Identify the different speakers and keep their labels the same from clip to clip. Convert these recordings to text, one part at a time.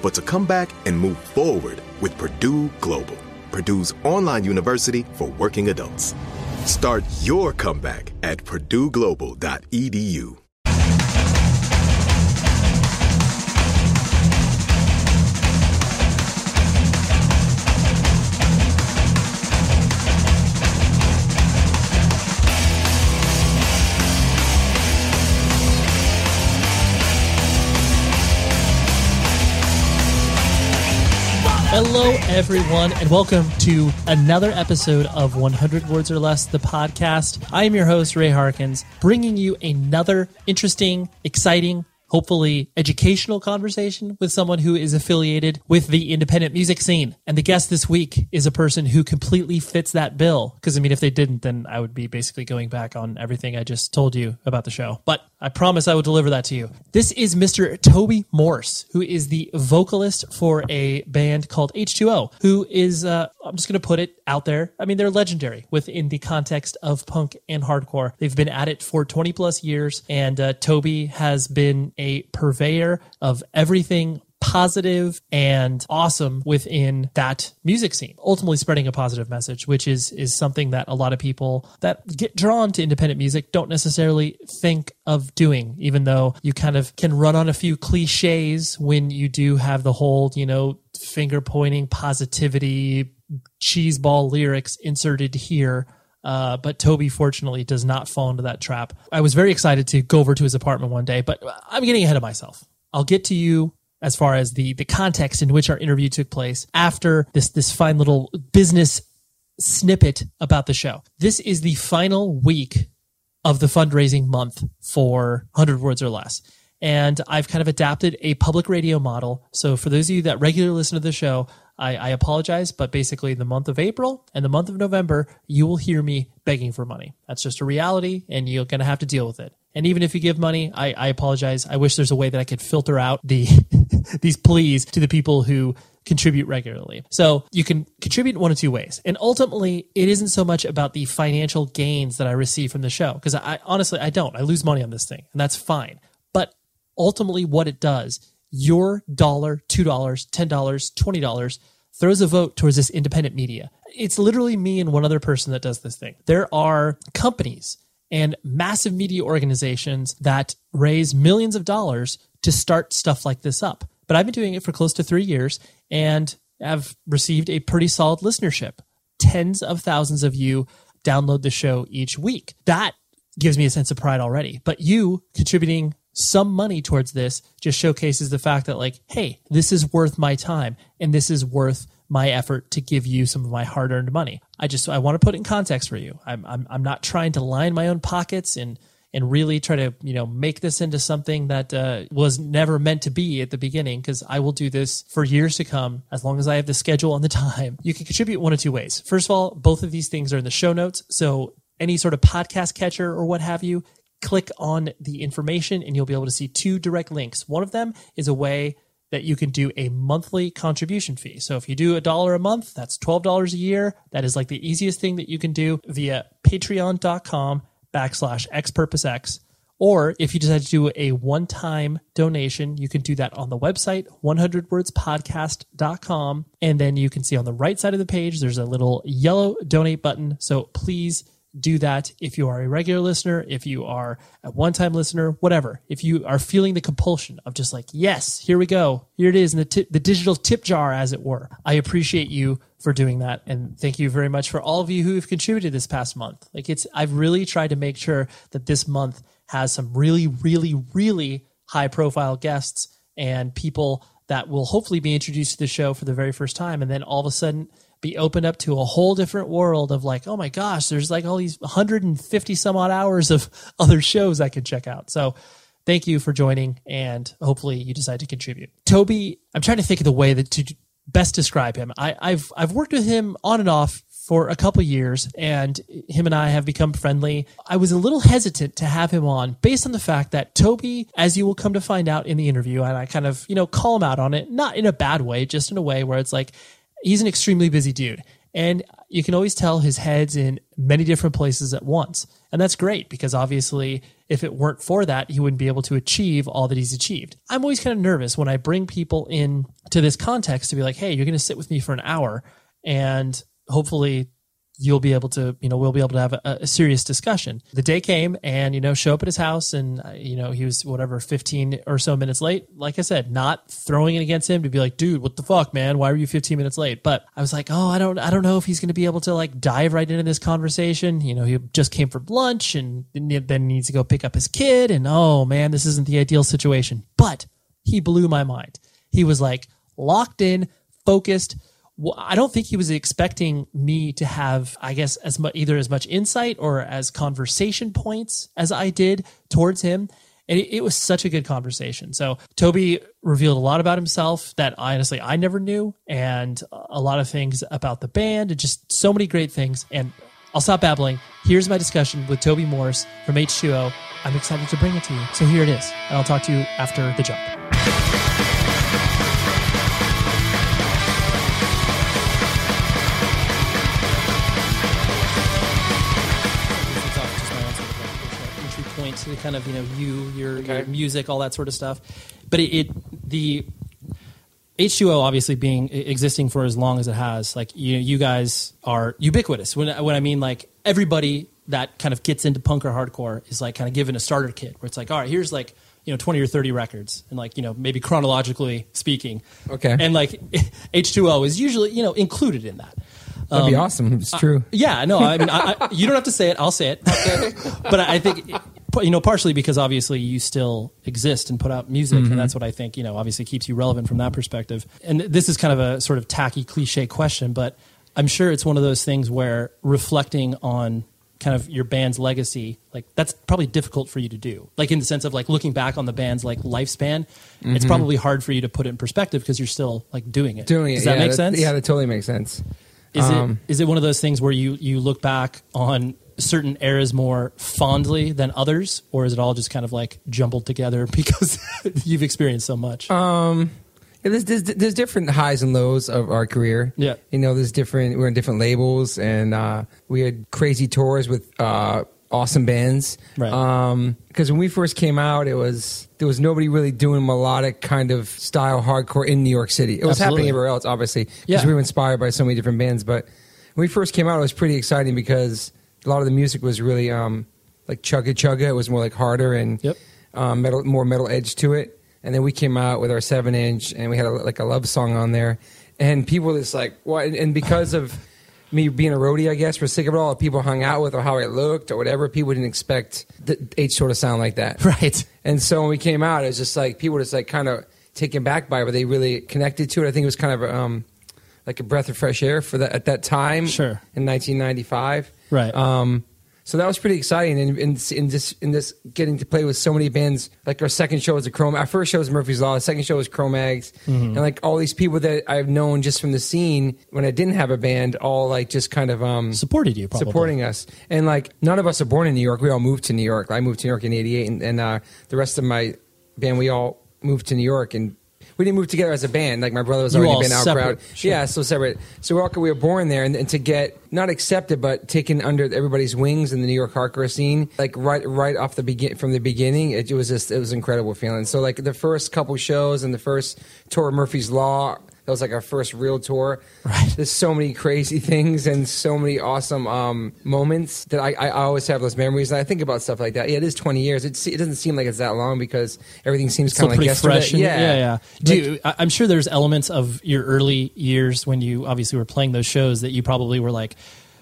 Speaker 1: but to come back and move forward with Purdue Global, Purdue's online university for working adults. Start your comeback at purdueglobal.edu.
Speaker 2: Hello, everyone, and welcome to another episode of 100 Words or Less, the podcast. I am your host, Ray Harkins, bringing you another interesting, exciting, hopefully educational conversation with someone who is affiliated with the independent music scene. And the guest this week is a person who completely fits that bill. Because, I mean, if they didn't, then I would be basically going back on everything I just told you about the show. But I promise I will deliver that to you. This is Mr. Toby Morse, who is the vocalist for a band called H2O, who is, uh, I'm just going to put it out there. I mean, they're legendary within the context of punk and hardcore. They've been at it for 20 plus years, and uh, Toby has been a purveyor of everything positive and awesome within that music scene ultimately spreading a positive message which is is something that a lot of people that get drawn to independent music don't necessarily think of doing even though you kind of can run on a few cliches when you do have the whole you know finger pointing positivity cheeseball lyrics inserted here uh, but Toby fortunately does not fall into that trap. I was very excited to go over to his apartment one day, but I'm getting ahead of myself. I'll get to you as far as the the context in which our interview took place after this this fine little business snippet about the show. This is the final week of the fundraising month for 100 words or less. And I've kind of adapted a public radio model. So for those of you that regularly listen to the show, I, I apologize, but basically the month of April and the month of November, you will hear me begging for money. That's just a reality and you're going to have to deal with it. And even if you give money, I, I apologize. I wish there's a way that I could filter out the these pleas to the people who contribute regularly. So you can contribute in one of two ways. And ultimately, it isn't so much about the financial gains that I receive from the show because I, I honestly I don't. I lose money on this thing, and that's fine. But ultimately, what it does, your dollar, two dollars, ten dollars, twenty dollars throws a vote towards this independent media. It's literally me and one other person that does this thing. There are companies and massive media organizations that raise millions of dollars to start stuff like this up. But I've been doing it for close to three years and have received a pretty solid listenership. Tens of thousands of you download the show each week. That gives me a sense of pride already. But you contributing some money towards this just showcases the fact that, like, hey, this is worth my time and this is worth my effort to give you some of my hard earned money. I just I want to put it in context for you. I'm, I'm I'm not trying to line my own pockets and and really try to you know make this into something that uh, was never meant to be at the beginning because i will do this for years to come as long as i have the schedule and the time you can contribute one of two ways first of all both of these things are in the show notes so any sort of podcast catcher or what have you click on the information and you'll be able to see two direct links one of them is a way that you can do a monthly contribution fee. So if you do a dollar a month, that's $12 a year. That is like the easiest thing that you can do via patreon.com backslash xpurposex. Or if you decide to do a one time donation, you can do that on the website, 100wordspodcast.com. And then you can see on the right side of the page, there's a little yellow donate button. So please do that if you are a regular listener, if you are a one time listener, whatever. If you are feeling the compulsion of just like, yes, here we go. Here it is in the, tip, the digital tip jar, as it were. I appreciate you for doing that. And thank you very much for all of you who have contributed this past month. Like it's, I've really tried to make sure that this month has some really, really, really high profile guests and people that will hopefully be introduced to the show for the very first time. And then all of a sudden, be opened up to a whole different world of like, oh my gosh, there's like all these 150 some odd hours of other shows I can check out. So thank you for joining and hopefully you decide to contribute. Toby, I'm trying to think of the way that to best describe him. I, I've I've worked with him on and off for a couple years and him and I have become friendly. I was a little hesitant to have him on based on the fact that Toby, as you will come to find out in the interview, and I kind of, you know, call him out on it, not in a bad way, just in a way where it's like, he's an extremely busy dude and you can always tell his head's in many different places at once and that's great because obviously if it weren't for that he wouldn't be able to achieve all that he's achieved i'm always kind of nervous when i bring people in to this context to be like hey you're going to sit with me for an hour and hopefully you'll be able to you know we'll be able to have a, a serious discussion the day came and you know show up at his house and uh, you know he was whatever 15 or so minutes late like i said not throwing it against him to be like dude what the fuck man why were you 15 minutes late but i was like oh i don't i don't know if he's going to be able to like dive right into this conversation you know he just came from lunch and then needs to go pick up his kid and oh man this isn't the ideal situation but he blew my mind he was like locked in focused well, I don't think he was expecting me to have, I guess, as much either as much insight or as conversation points as I did towards him. And it, it was such a good conversation. So Toby revealed a lot about himself that I, honestly I never knew, and a lot of things about the band, and just so many great things. And I'll stop babbling. Here's my discussion with Toby Morse from H2O. I'm excited to bring it to you. So here it is, and I'll talk to you after the jump. entry point to kind of you know you your, your music all that sort of stuff but it, it the H2O obviously being e, existing for as long as it has like you you guys are ubiquitous when I- when I mean like everybody that kind of gets into punk or hardcore is like kind of given a starter kit where it's like all right here's like you know 20 or 30 records and like you know maybe chronologically speaking
Speaker 3: Okay.
Speaker 2: and like H2O is usually you know included in that
Speaker 3: That'd
Speaker 2: Um,
Speaker 3: be awesome. It's
Speaker 2: uh,
Speaker 3: true.
Speaker 2: yeah, no, I mean, I, I, you don't have to say it. I'll say it. but I think, you know, partially because obviously you still exist and put out music,
Speaker 3: Mm-hmm.
Speaker 2: and that's what I think, you know, obviously keeps you relevant from that perspective. And this is kind of a sort of tacky cliche question, but I'm sure it's one of those things where reflecting on kind of your band's legacy, like that's probably difficult for you to do. Like in the sense of like looking back on the band's like lifespan, it's
Speaker 3: Mm-hmm.
Speaker 2: probably hard for you to put it in perspective because you're still like doing it.
Speaker 3: Doing it.
Speaker 2: Does that
Speaker 3: yeah,
Speaker 2: make sense?
Speaker 3: Yeah, that totally makes sense.
Speaker 2: Is
Speaker 3: Um,
Speaker 2: it is it one of those things where you you look back on certain eras more fondly than others, or is it all just kind of like jumbled together because you've experienced so much?
Speaker 3: Uh, Yeah, there's, there's, there's different highs and lows of our career.
Speaker 2: Yeah.
Speaker 3: You know, there's different, we're in different labels and uh, we had crazy tours with uh, awesome bands.
Speaker 2: Right.
Speaker 3: Because when we first came out, it was, there was nobody really doing melodic kind of style hardcore in New York City. It was
Speaker 2: Absolutely.
Speaker 3: happening everywhere else, obviously, because
Speaker 2: Yeah.
Speaker 3: we were inspired by so many different bands. But when we first came out, it was pretty exciting because a lot of the music was really um, like chugga chugga. It was more like harder and
Speaker 2: Yep.
Speaker 3: um, metal, more metal edge to it. And then we came out with our seven inch, and we had a, like a love song on there, and people were just like, "What?" And, and because of me being a roadie, I guess we're sick of it all. People hung out with or how I looked or whatever. People didn't expect the H sort of sound like that,
Speaker 2: Right.
Speaker 3: And so when we came out, it was just like people were just like kind of taken back by it, but they really connected to it. I think it was kind of um, like a breath of fresh air for that at that time,
Speaker 2: Sure.
Speaker 3: in 1995,
Speaker 2: Right.
Speaker 3: Um, So that was pretty exciting, and in in this in this getting to play with so many bands. Like our second show was a Chrome. Our first show was Murphy's Law. Our second show was Chrome Eggs, and
Speaker 2: Mm-hmm.
Speaker 3: like all these people that I've known just from the scene when I didn't have a band, all like just kind of um
Speaker 2: Supported you, probably.
Speaker 3: supporting us. And like none of us are born in New York. We all moved to New York. I moved to New York in '88, and, and uh, the rest of my band we all moved to New York and. We didn't move together as a band. Like my brother was
Speaker 2: You
Speaker 3: already
Speaker 2: all
Speaker 3: been out crowd.
Speaker 2: separate, sure.
Speaker 3: Yeah, so separate. So we're all, we were born there, and, and to get not accepted, but taken under everybody's wings in the New York hardcore scene, like right right off the begin from the beginning, it, was just it was an incredible feeling. So like the first couple shows and the first tour of Murphy's Law, that was like our first real tour.
Speaker 2: Right.
Speaker 3: There's so many crazy things and so many awesome um, moments that I, I always have those memories. And I think about stuff like that. Yeah, it is 20 years. It, se- it doesn't seem like it's that long because everything seems
Speaker 2: Still
Speaker 3: kind of like
Speaker 2: pretty
Speaker 3: yesterday.
Speaker 2: fresh. and-
Speaker 3: yeah,
Speaker 2: yeah, yeah. Do you, I- I'm sure there's elements of your early years when you obviously were playing those shows that you probably were like,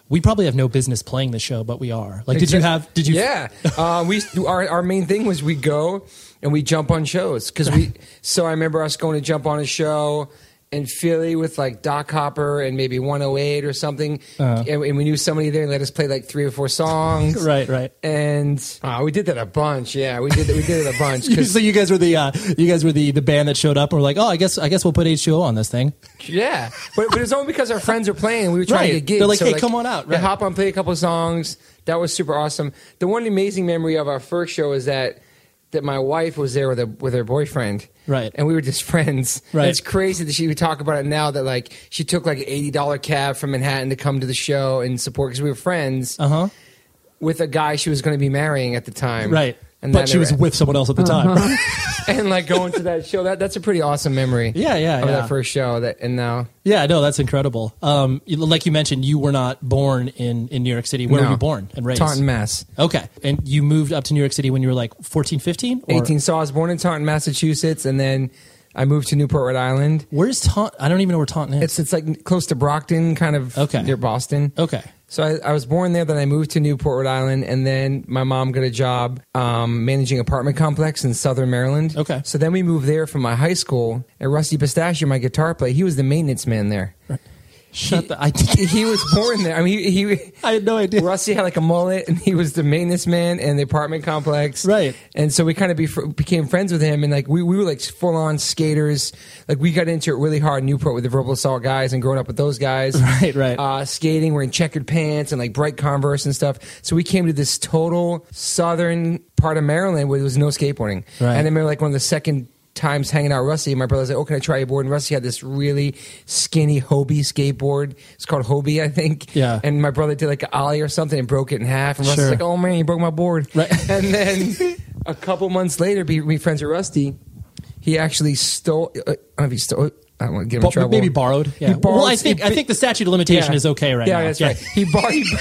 Speaker 2: we probably have no business playing the show, but we are. Like, did you have? Did you?
Speaker 3: Yeah, uh, we our our main thing was we go and we jump on shows because we. So I remember us going to jump on a show in Philly with like Doc Hopper and maybe 108 or something, and, and we knew somebody there and let us play like three or four songs.
Speaker 2: Right, right.
Speaker 3: And uh, we did that a bunch. Yeah, we did that. We did it a bunch
Speaker 2: You-
Speaker 3: because
Speaker 2: So you guys were the uh, you guys were the the band that showed up and were like, oh, I guess I guess we'll put H2O on this thing.
Speaker 3: Yeah, but, but it's only because our friends are playing. and We were trying
Speaker 2: Right.
Speaker 3: to get gigs.
Speaker 2: They're like, "Hey, come on out,"
Speaker 3: they
Speaker 2: right.
Speaker 3: hop on, play a couple songs. That was super awesome. The one amazing memory of our first show is that that my wife was there with a, with her boyfriend.
Speaker 2: Right.
Speaker 3: and we were just friends. And
Speaker 2: Right.
Speaker 3: it's crazy that she would talk about it now. That like she took like an eighty dollar cab from Manhattan to come to the show and support because we were friends
Speaker 2: Uh huh.
Speaker 3: with a guy she was going to be marrying at the time.
Speaker 2: Right.
Speaker 3: and
Speaker 2: but
Speaker 3: then
Speaker 2: she was
Speaker 3: it-
Speaker 2: with someone else at the time.
Speaker 3: and like going to that show. That that's a pretty awesome memory.
Speaker 2: Yeah, yeah,
Speaker 3: of
Speaker 2: yeah.
Speaker 3: that first show. That and now.
Speaker 2: yeah, no, that's incredible. Um, you- like you mentioned, you were not born in in New York City. Where
Speaker 3: No.
Speaker 2: were you born and raised?
Speaker 3: Taunton, Mass.
Speaker 2: Okay, and you moved up to New York City when you were like 14, 15? Or-
Speaker 3: 18. So I was born in Taunton, Massachusetts, and then I moved to Newport, Rhode Island.
Speaker 2: Where's Taunton? I don't even know where Taunton is.
Speaker 3: It's it's like close to Brockton, kind of
Speaker 2: Okay.
Speaker 3: near Boston.
Speaker 2: okay.
Speaker 3: So I, I was born there, then I moved to Newport, Rhode Island, and then my mom got a job um, managing apartment complex in Southern Maryland.
Speaker 2: Okay.
Speaker 3: So then we moved there from my high school, and Rusty Pistachio, my guitar player, he was the maintenance man there.
Speaker 2: Shut the. I,
Speaker 3: he was born there. I mean, he, he
Speaker 2: I had no idea.
Speaker 3: Rusty had like a mullet, and he was the maintenance man in the apartment complex,
Speaker 2: Right.
Speaker 3: And so we kind of bef- became friends with him, and like we, we were like full on skaters. Like we got into it really hard in Newport with the verbal assault guys, and growing up with those guys,
Speaker 2: Right, right.
Speaker 3: Uh, skating, wearing checkered pants and like bright Converse and stuff. So we came to this total southern part of Maryland where there was no skateboarding,
Speaker 2: Right.
Speaker 3: and then we were like one of the second. Times hanging out, with Rusty. My brother's like, "Oh, can I try your board?" And Rusty had this really skinny Hobie skateboard. It's called Hobie, I think.
Speaker 2: Yeah.
Speaker 3: And my brother did like an ollie or something and broke it in half. And Rusty's
Speaker 2: Sure.
Speaker 3: like, "Oh man, you broke my board."
Speaker 2: Right.
Speaker 3: And then a couple months later, be, be friends with Rusty. He actually stole. Uh, I don't know if he stole. I don't want to get him in
Speaker 2: Bo-
Speaker 3: trouble.
Speaker 2: maybe borrowed. Yeah.
Speaker 3: He borrowed.
Speaker 2: well, I think I think the statute of limitation is okay right
Speaker 3: yeah,
Speaker 2: now.
Speaker 3: that's right. He borrowed. He,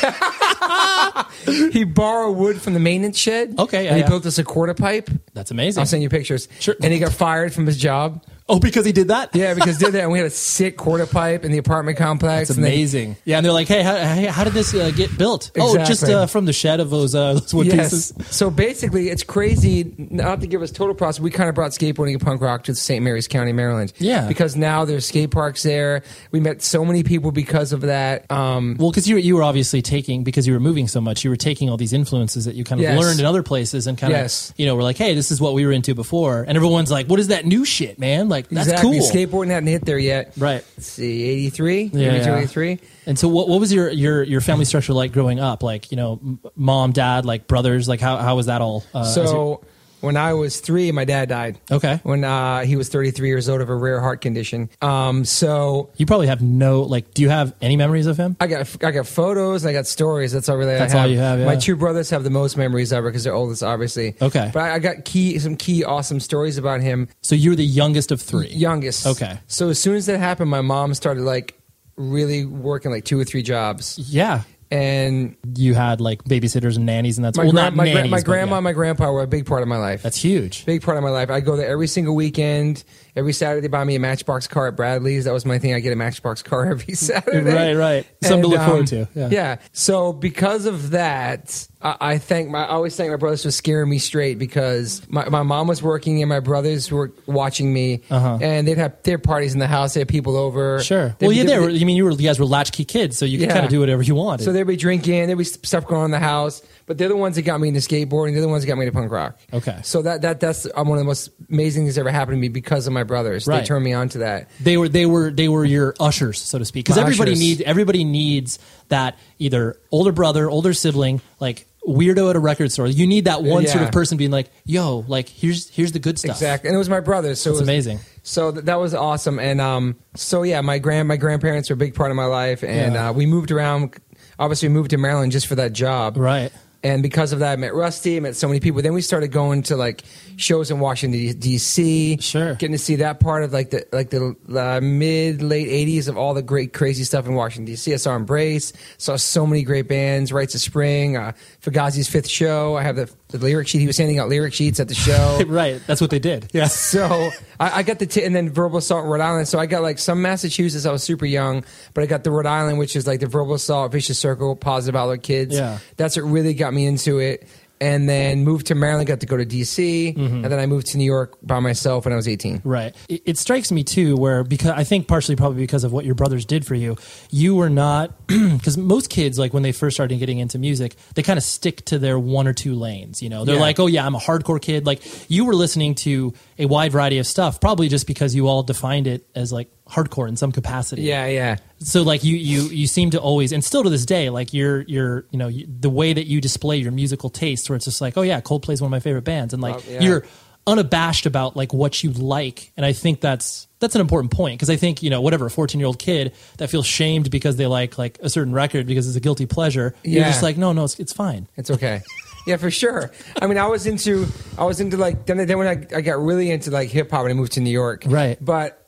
Speaker 3: he borrowed wood from the maintenance shed.
Speaker 2: Okay, yeah,
Speaker 3: and he
Speaker 2: yeah.
Speaker 3: built us a quarter pipe.
Speaker 2: That's amazing.
Speaker 3: I'll send you pictures.
Speaker 2: Sure.
Speaker 3: And he got fired from his job.
Speaker 2: oh, because he did that.
Speaker 3: Yeah, because he did that, and we had a sick quarter pipe in the apartment complex.
Speaker 2: It's
Speaker 3: and they-
Speaker 2: amazing. Yeah, and they're like, "Hey, how, hey, how did this uh, get built? Oh, just
Speaker 3: Exactly.
Speaker 2: uh, from the shed of those uh, those wood pieces."
Speaker 3: So basically, it's crazy not to give us total props. We kind of brought skateboarding and punk rock to St. Mary's County, Maryland.
Speaker 2: Yeah.
Speaker 3: Because now there's skate parks there. We met so many people because of that. Um,
Speaker 2: Well, because you you were obviously taking because you were moving so much, you were taking all these influences that you kind of
Speaker 3: Yes.
Speaker 2: learned in other places and kind
Speaker 3: Yes.
Speaker 2: of you know were like, hey, this is what we were into before, and everyone's like, what is that new shit, man? Like that's
Speaker 3: exactly.
Speaker 2: cool,
Speaker 3: Skateboarding hadn't hit there yet.
Speaker 2: right?
Speaker 3: Let's see, 83?
Speaker 2: Yeah, Uh,
Speaker 3: 82,
Speaker 2: yeah.
Speaker 3: 83?
Speaker 2: And so, what what was your your your family structure like growing up? Like you know, m- mom, dad, like brothers, like how how was that all? Uh, as you-
Speaker 3: So when I was three, my dad died.
Speaker 2: Okay.
Speaker 3: When uh, he was 33 years old of a rare heart condition. Um, so
Speaker 2: you probably have no like. Do you have any memories of him?
Speaker 3: I got I got photos. I got stories. That's all really. I
Speaker 2: That's
Speaker 3: have.
Speaker 2: all you have, yeah.
Speaker 3: My two brothers have the most memories ever because they're oldest, obviously.
Speaker 2: Okay.
Speaker 3: But I, I got key some key awesome stories about him.
Speaker 2: So you were the youngest of three.
Speaker 3: Youngest.
Speaker 2: Okay.
Speaker 3: So as soon as that happened, my mom started like really working like two or three jobs,
Speaker 2: Yeah.
Speaker 3: and
Speaker 2: You had like babysitters and nannies, and that's
Speaker 3: my
Speaker 2: well,
Speaker 3: gran-
Speaker 2: not
Speaker 3: my, gran-
Speaker 2: nannies,
Speaker 3: my
Speaker 2: but
Speaker 3: grandma,
Speaker 2: yeah.
Speaker 3: and my grandpa were a big part of my life.
Speaker 2: That's huge.
Speaker 3: Big part of my life. I go there every single weekend. Every Saturday, they buy me a Matchbox car at Bradley's. That was my thing. I get a Matchbox car every Saturday. um,
Speaker 2: Right, right. Something to look forward to. Yeah.
Speaker 3: yeah. So because of that, I, I thank my I always thank my brothers for scaring me straight because my, my mom was working and my brothers were watching me
Speaker 2: Uh-huh.
Speaker 3: and they'd have their parties in the house, they had people over.
Speaker 2: Sure.
Speaker 3: They'd
Speaker 2: well,
Speaker 3: be-
Speaker 2: yeah,
Speaker 3: they'd-
Speaker 2: there. were- You mean you were you guys were latchkey kids, so you could
Speaker 3: Yeah.
Speaker 2: kind of do whatever you wanted.
Speaker 3: So there'd be drinking, there'd be stuff going on in the house, but they're the ones that got me into skateboarding. They're the ones that got me into punk rock.
Speaker 2: Okay.
Speaker 3: So that that that's um, one of the most amazing things that ever happened to me because of my brothers.
Speaker 2: Right.
Speaker 3: They turned me on to that.
Speaker 2: they were they were they were your ushers, so to speak, because
Speaker 3: My
Speaker 2: everybody
Speaker 3: ushers.
Speaker 2: needs everybody needs that either older brother, older sibling, like weirdo at a record store. You need that one sort
Speaker 3: Yeah.
Speaker 2: of person being like, "Yo, like here's here's the good stuff."
Speaker 3: Exactly. And it was my brothers. So
Speaker 2: That's
Speaker 3: it was,
Speaker 2: amazing.
Speaker 3: So th- that was awesome. And um, so yeah, my grand my grandparents were a big part of my life, and uh, we moved around. Obviously, we moved to Maryland just for that job,
Speaker 2: Right.
Speaker 3: And because of that, I met Rusty, I met so many people. Then we started going to like shows in Washington D.C.
Speaker 2: Sure.
Speaker 3: getting to see that part of like the like the uh, mid late '80s of all the great crazy stuff in Washington D.C. I saw Embrace, saw so many great bands, Rites of Spring, uh, Fugazi's fifth show. I have the, the lyric sheet. He was handing out lyric sheets at the show.
Speaker 2: Right. That's what they did. Yeah.
Speaker 3: So I, I got the t- and then verbal assault in Rhode Island. So I got like some Massachusetts. I was super young, but I got the Rhode Island, which is like the verbal assault, vicious circle, positive outlook kids.
Speaker 2: Yeah.
Speaker 3: that's what really got me into it. And then moved to Maryland, got to go to DC, and then I moved to New York by myself when I was eighteen.
Speaker 2: Right. It, it strikes me too, where because I think partially probably because of what your brothers did for you, you were not because most kids like when they first started getting into music, they kind of stick to their one or two lanes. You know, they're
Speaker 3: Yeah.
Speaker 2: like, oh yeah, I'm a hardcore kid. Like you were listening to a wide variety of stuff, probably just because you all defined it as like hardcore in some capacity.
Speaker 3: Yeah, yeah,
Speaker 2: So like you you you seem to always and still to this day like you're you're you know you, the way that you display your musical taste where it's just like oh yeah Coldplay's one of my favorite bands and like
Speaker 3: Oh, yeah.
Speaker 2: you're unabashed about like what you like and I think that's that's an important point because I think you know whatever a 14 year old kid that feels shamed because they like like a certain record because it's a guilty pleasure you're
Speaker 3: Yeah.
Speaker 2: just like no no it's, it's fine
Speaker 3: it's okay. Yeah, for sure. I mean, I was into, I was into like then. Then when I, I got really into like hip hop and I moved to New York,
Speaker 2: Right.
Speaker 3: But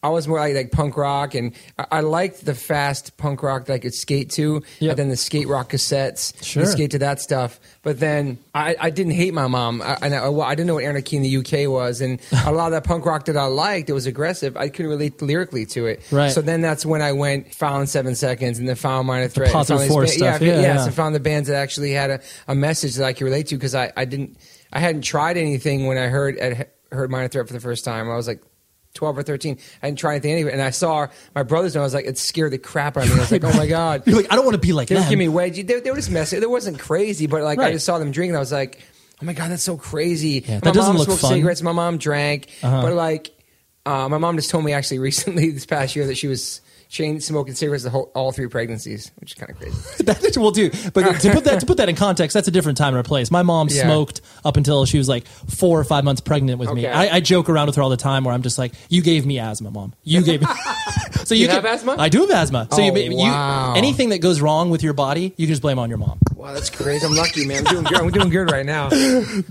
Speaker 3: I was more like, like punk rock, and I, I liked the fast punk rock that I could skate to,
Speaker 2: Yep.
Speaker 3: and then the skate rock cassettes.
Speaker 2: Sure.
Speaker 3: You skate to that stuff. But then I, I didn't hate my mom. I, and I, well, I didn't know what Aaron Key in the UK was, and a lot of that punk rock that I liked, it was aggressive. I couldn't relate lyrically to it.
Speaker 2: Right.
Speaker 3: So then that's when I went found Seven Seconds, and then found Minor Threat, and
Speaker 2: positive
Speaker 3: found these
Speaker 2: force stuff.
Speaker 3: Yeah,
Speaker 2: Yeah,
Speaker 3: yes,
Speaker 2: yeah.
Speaker 3: and found the bands that actually had a, a message that I could relate to because I, I didn't I hadn't tried anything when I heard at, heard Minor Threat for the first time. I was like. 12 or 13 I didn't try anything anyway and I saw my brothers and I was like it scared the crap out of me I was like oh my god
Speaker 2: you're like I don't want to be like
Speaker 3: they would
Speaker 2: that
Speaker 3: give me wedgie. They, they were just messing. It wasn't crazy, but like
Speaker 2: Right.
Speaker 3: I just saw them drinking. I was like, oh my god, that's so crazy.
Speaker 2: Yeah, that
Speaker 3: my
Speaker 2: doesn't
Speaker 3: mom
Speaker 2: look
Speaker 3: smoked
Speaker 2: fun. Uh-huh.
Speaker 3: cigarettes. My mom drank, but like uh, my mom just told me actually recently this past year that she was. chain smoking cigarettes the whole, all three pregnancies, which is kind of crazy.
Speaker 2: that will do. But to put that to put that in context, that's a different time and a place. My mom
Speaker 3: Yeah.
Speaker 2: smoked up until she was like four or five months pregnant with me.
Speaker 3: Okay.
Speaker 2: I, I joke around with her all the time, where I'm just like, "You gave me asthma, mom. You gave me." so you,
Speaker 3: You have asthma?
Speaker 2: I do have asthma. So you,
Speaker 3: Oh,
Speaker 2: you
Speaker 3: wow.
Speaker 2: anything that goes wrong with your body, you can just blame on your mom.
Speaker 3: Wow, that's crazy. I'm lucky, man. I'm doing good. I'm doing good right now. But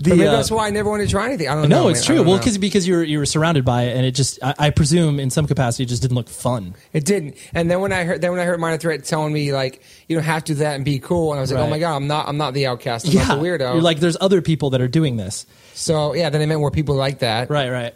Speaker 3: maybe
Speaker 2: uh,
Speaker 3: that's why I never wanted to try anything. I don't know.
Speaker 2: No,
Speaker 3: man.
Speaker 2: it's
Speaker 3: I
Speaker 2: true.
Speaker 3: don't
Speaker 2: Well,
Speaker 3: know.
Speaker 2: because because you were you were surrounded by it, and it just I, I presume in some capacity it just didn't look fun.
Speaker 3: It didn't. And then when I heard then when I heard Minor Threat telling me like you don't have to do that and be cool, and I was like,
Speaker 2: Right.
Speaker 3: oh my god, I'm not I'm not the outcast. I'm not the weirdo.
Speaker 2: you're like there's other people that are doing this.
Speaker 3: so yeah. Then I met more people like that.
Speaker 2: Right, right.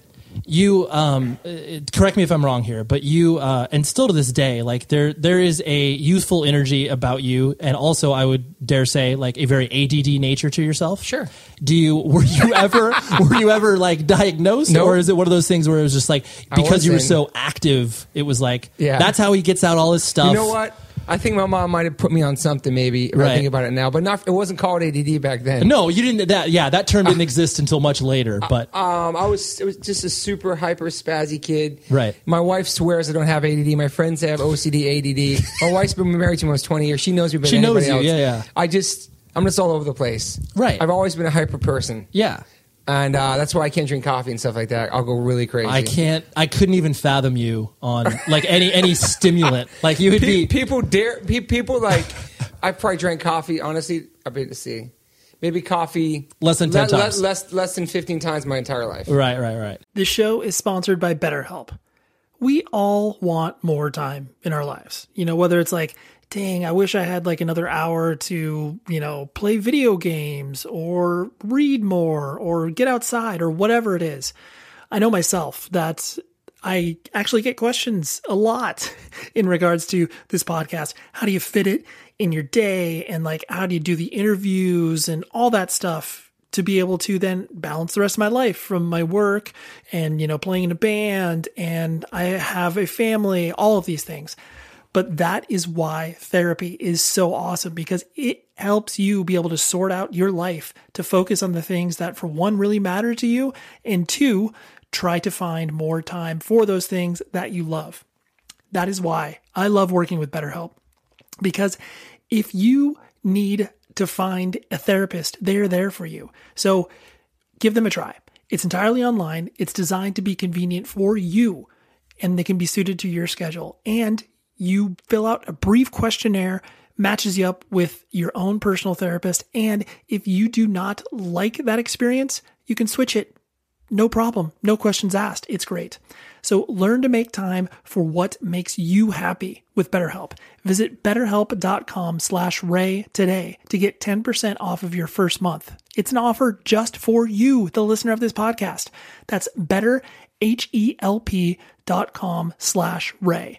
Speaker 2: You um, uh, correct me if I'm wrong here, but you uh, and still to this day, like there there is a youthful energy about you, and also I would dare say like a very ADD nature to yourself.
Speaker 3: Sure.
Speaker 2: Do you were you ever were you ever like diagnosed,
Speaker 3: No.
Speaker 2: or is it one of those things where it was just like because you were
Speaker 3: wasn't.
Speaker 2: so active, it was like
Speaker 3: Yeah.
Speaker 2: that's how he gets out all his stuff.
Speaker 3: You know what? I think my mom might have put me on something maybe. If
Speaker 2: Right.
Speaker 3: I think about it now, but not. It wasn't called ADD back then.
Speaker 2: No, you didn't. That yeah, that term
Speaker 3: Ah.
Speaker 2: didn't exist until much later. But
Speaker 3: Um, I was it was just a super hyper spazzy kid.
Speaker 2: Right.
Speaker 3: My wife swears I don't have ADD. My friends have OCD, ADD. My wife's been married to me when I was twenty years. She knows me better
Speaker 2: She
Speaker 3: than
Speaker 2: knows
Speaker 3: anybody
Speaker 2: you,
Speaker 3: else.
Speaker 2: yeah, yeah.
Speaker 3: I just I'm just all over the place.
Speaker 2: Right.
Speaker 3: I've always been a hyper person.
Speaker 2: yeah,
Speaker 3: And uh, that's why I can't drink coffee and stuff like that. I'll go really crazy.
Speaker 2: I can't. I couldn't even fathom you on like any any stimulant. Like you would
Speaker 3: Pe-
Speaker 2: be.
Speaker 3: people dare pe- people like I probably drank coffee honestly I've been to see maybe coffee
Speaker 2: Less than 10 times.
Speaker 3: less less than 15 times my entire life
Speaker 2: Right, right, right.
Speaker 4: This show is sponsored by BetterHelp. We all want more time in our lives. You know, whether it's like, dang, I wish I had like another hour to, you know, play video games or read more or get outside or whatever it is. I know myself that I actually get questions a lot in regards to this podcast. How do you fit it in your day and like how do you do the interviews and all that stuff to be able to then balance the rest of my life from my work and you know playing in a band and I have a family all of these things but that is why therapy is so awesome because it helps you be able to sort out your life to focus on the things that for one really matter to you and two try to find more time for those things that you love that is why I love working with BetterHelp because if you need to find a therapist, they're there for you. So give them a try. It's entirely online, it's designed to be convenient for you, and they can be suited to your schedule. And you fill out a brief questionnaire, matches you up with your own personal therapist. And if you do not like that experience, you can switch it no problem. No questions asked. It's great. So learn to make time for what makes you happy with BetterHelp. Visit betterhelp.com slash Ray today to get 10% off of your first month. It's an offer just for you, the listener of this podcast. That's E betterhelp.com slash Ray.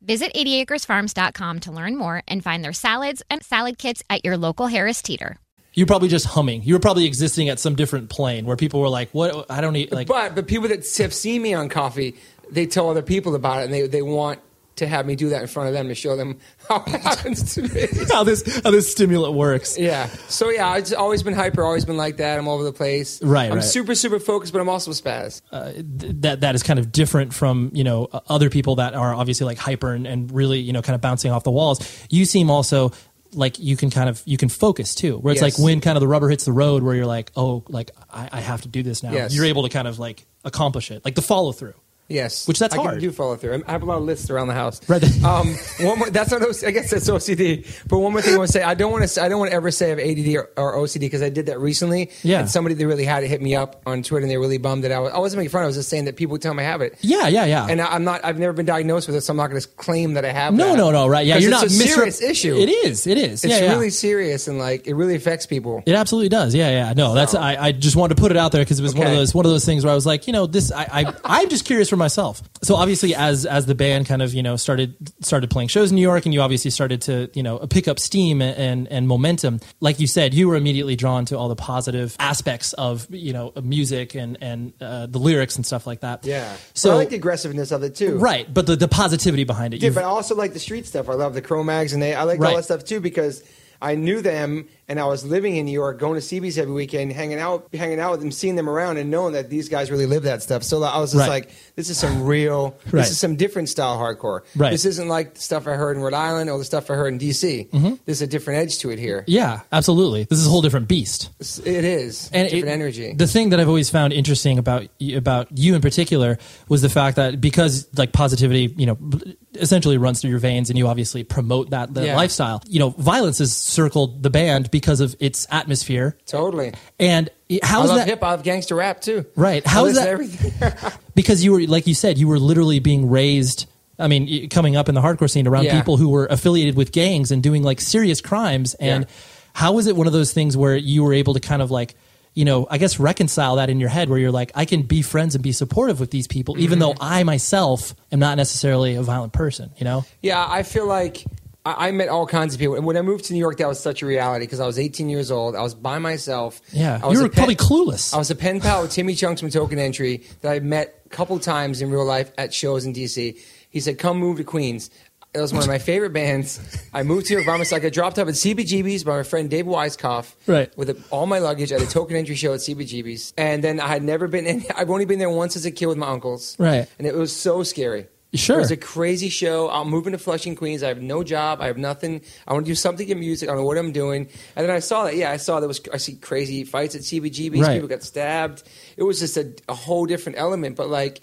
Speaker 5: Visit 80acresfarms.com to learn more and find their salads and salad kits at your local Harris Teeter.
Speaker 2: You're probably just humming. You were probably existing at some different plane where people were like, "What? I don't eat like."
Speaker 3: But but people that have seen me on coffee, they tell other people about it, and they, they want to have me do that in front of them to show them how it happens to me.
Speaker 2: how this how this stimulant works.
Speaker 3: Yeah. So yeah, I've just always been hyper, always been like that. I'm all over the place.
Speaker 2: Right,
Speaker 3: I'm
Speaker 2: right. Uh,
Speaker 3: super super focused, but I'm also a spaz.
Speaker 2: that that is kind of different from you know o- other people that are obviously like hyper and, and really you know kind of bouncing off the walls you seem also like you can kind of you can focus too where it's
Speaker 3: Yes.
Speaker 2: like when kind of the rubber hits the road where you're like oh like i, I have to do this now
Speaker 3: Yes.
Speaker 2: you're able to kind of like accomplish it like the follow through
Speaker 3: Yes,
Speaker 2: Which that's
Speaker 3: I can
Speaker 2: hard.
Speaker 3: do follow through. I have a lot of lists around the house.
Speaker 2: Right.
Speaker 3: Um, one more. That's not. OC, I guess that's OCD. But one more thing I want to say. I don't want to. I don't want to ever say I have ADD or, or OCD because I did that recently.
Speaker 2: Yeah.
Speaker 3: And somebody that really had it hit me up on Twitter and they were really bummed that I was. I wasn't making fun. I was just saying that people tell me I have it.
Speaker 2: yeah yeah yeah
Speaker 3: And I, I'm not. I've never been diagnosed with it, so I'm not going to claim that I have.
Speaker 2: no
Speaker 3: that.
Speaker 2: no no right yeah
Speaker 3: 'Cause
Speaker 2: you're
Speaker 3: it's
Speaker 2: not
Speaker 3: a
Speaker 2: misrep-
Speaker 3: serious issue.
Speaker 2: it is it is
Speaker 3: It's
Speaker 2: yeah, yeah.
Speaker 3: really serious and like it really affects people.
Speaker 2: It absolutely does. Yeah, yeah. No, that's I, I just wanted to put it out there because it was one of
Speaker 3: Okay.
Speaker 2: those one of those things where I was like, you know, this I, I I'm just curious for myself. So obviously, as as the band kind of you know started started playing shows in New York, and you obviously started to you know pick up steam and and, and momentum. Like you said, you were immediately drawn to all the positive aspects of you know music and and uh, the lyrics and stuff like that.
Speaker 3: Yeah.
Speaker 2: So
Speaker 3: But I like the aggressiveness of it too.
Speaker 2: right, but the the positivity behind it.
Speaker 3: Yeah,
Speaker 2: You've-
Speaker 3: but I also like the street stuff. I love the Cro-Mags and they. I like
Speaker 2: Right.
Speaker 3: all that stuff too because I knew them and I was living in New York, going to CB's every weekend, hanging out, hanging out with them, seeing them around, and knowing that these guys really live that stuff. So I was just
Speaker 2: Right.
Speaker 3: like, this is some real,
Speaker 2: Right.
Speaker 3: this is some different style hardcore.
Speaker 2: Right.
Speaker 3: This isn't like the stuff I heard in Rhode Island or the stuff I heard in DC.
Speaker 2: Mm-hmm.
Speaker 3: There's a different edge to it here.
Speaker 2: yeah, absolutely. This is a whole different beast.
Speaker 3: It's- It is different
Speaker 2: it-
Speaker 3: energy.
Speaker 2: The thing that I've always found interesting about y- about you in particular was the fact that because like positivity, you know, b- essentially runs through your veins, and you obviously promote that, that
Speaker 3: Yeah.
Speaker 2: lifestyle. You know, violence has circled the band because of its atmosphere,
Speaker 3: totally.
Speaker 2: and it-
Speaker 3: I
Speaker 2: how's
Speaker 3: love
Speaker 2: that?
Speaker 3: hip. I love gangster rap too.
Speaker 2: Right.
Speaker 3: I
Speaker 2: How is
Speaker 3: listen to
Speaker 2: that-
Speaker 3: Everything.
Speaker 2: because you were like you said you were literally being raised i mean y- coming up in the hardcore scene around
Speaker 3: Yeah.
Speaker 2: people who were affiliated with gangs and doing like serious crimes and
Speaker 3: Yeah.
Speaker 2: how was it one of those things where you were able to kind of like you know, I guess reconcile that in your head where you're like, I can be friends and be supportive with these people,
Speaker 3: Mm-hmm.
Speaker 2: even though I myself am not necessarily a violent person, you know?
Speaker 3: Yeah, I feel like I, I met all kinds of people. And when I moved to New York, that was such a reality because I was 18 years old. I was by myself.
Speaker 2: Yeah.
Speaker 3: I was
Speaker 2: You were
Speaker 3: a pen-
Speaker 2: probably clueless.
Speaker 3: I was a pen pal with Timmy Chunks from Token Entry that I met a couple times in real life at shows in DC. He said, "Come move to Queens." It was one of my favorite bands. I moved to New York by myself. I got dropped off at CBGB's by my friend Dave Weiskopf
Speaker 2: Right.
Speaker 3: with a, all my luggage at a token entry show at CBGB's. And then I had never been in, I've only been there once as a kid with my uncles.
Speaker 2: Right.
Speaker 3: And it was so scary.
Speaker 2: Sure.
Speaker 3: It was a crazy show. I'm moving to Flushing, Queens. I have no job. I have nothing. I want to do something in music. I don't know what I'm doing. And then I saw that. Yeah, I saw there was. I see crazy fights at CBGBs.
Speaker 2: Right.
Speaker 3: People got stabbed. It was just a, a whole different element. But like,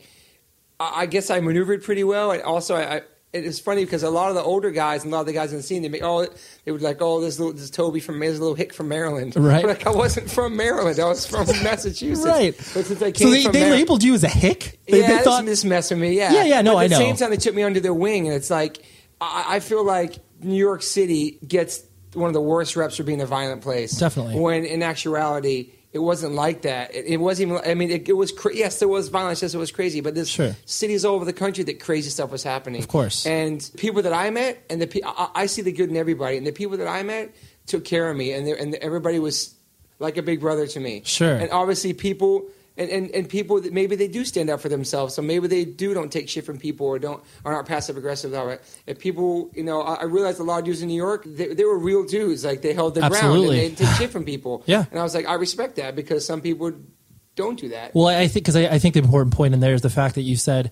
Speaker 3: I, I guess I maneuvered pretty well. And also, I. I it was funny because a lot of the older guys and a lot of the guys in the scene, they make oh, they would like oh, this little this Toby from this little hick from Maryland,
Speaker 2: Right.
Speaker 3: But like I wasn't from Maryland, I was from Massachusetts,
Speaker 2: Right.
Speaker 3: But since I came
Speaker 2: so they,
Speaker 3: from
Speaker 2: they
Speaker 3: Maryland,
Speaker 2: labeled you as a hick? They,
Speaker 3: yeah,
Speaker 2: they
Speaker 3: this-
Speaker 2: thought,
Speaker 3: this mess with me. Yeah,
Speaker 2: Yeah, yeah, no,
Speaker 3: But
Speaker 2: I
Speaker 3: at the
Speaker 2: know.
Speaker 3: same time, they took me under their wing, and it's like I, I feel like New York City gets one of the worst reps for being a violent place.
Speaker 2: Definitely.
Speaker 3: When in actuality, it wasn't like that. It, it wasn't even. I mean, it, it was. Cra- yes, there was violence. Yes, it was crazy. But there's
Speaker 2: Sure.
Speaker 3: cities all over the country that crazy stuff was happening.
Speaker 2: Of course.
Speaker 3: And people that I met, and the pe- I, I see the good in everybody, and the people that I met took care of me, and they're- and everybody was like a big brother to me.
Speaker 2: Sure.
Speaker 3: And obviously people and, and, and people that maybe they do stand up for themselves so maybe they do don't take shit from people or don't are not passive aggressive that way if people you know i, I realized a lot of dudes in new york they, they were real dudes like they held their
Speaker 2: Absolutely.
Speaker 3: ground and they didn't take shit from people
Speaker 2: Yeah.
Speaker 3: and i was like i respect that because some people don't do that
Speaker 2: Well, I I think because I, I think the important point in there is the fact that you said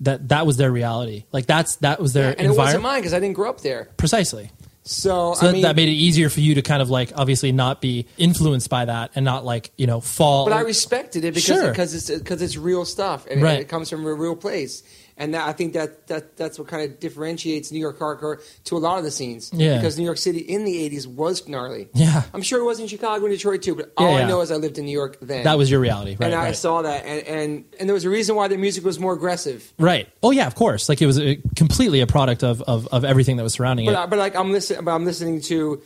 Speaker 2: that that was their reality. Like that's that was their
Speaker 3: and it wasn't
Speaker 2: environment.
Speaker 3: mine because i didn't grow up there
Speaker 2: Precisely.
Speaker 3: so,
Speaker 2: So
Speaker 3: i
Speaker 2: that-
Speaker 3: mean
Speaker 2: that made it easier for you to kind of like obviously not be influenced by that and not like you know fall.
Speaker 3: But I respected it because
Speaker 2: Sure.
Speaker 3: because it's because it's real stuff and, and
Speaker 2: Right.
Speaker 3: it comes from a real place. And that, I think that, that that's what kind of differentiates New York hardcore to a lot of the scenes.
Speaker 2: Yeah.
Speaker 3: Because New York City in the '80s was gnarly.
Speaker 2: Yeah.
Speaker 3: I'm sure it was in Chicago and Detroit too. But all
Speaker 2: Yeah,
Speaker 3: I
Speaker 2: yeah.
Speaker 3: know is I lived in New York then.
Speaker 2: that was your reality, right?
Speaker 3: and I
Speaker 2: right.
Speaker 3: saw that, and, and and there was a reason why the music was more aggressive.
Speaker 2: Right. Oh yeah, of course. Like it was uh completely a product of, of of everything that was surrounding
Speaker 3: But
Speaker 2: it.
Speaker 3: I, but like I'm listening, but I'm listening to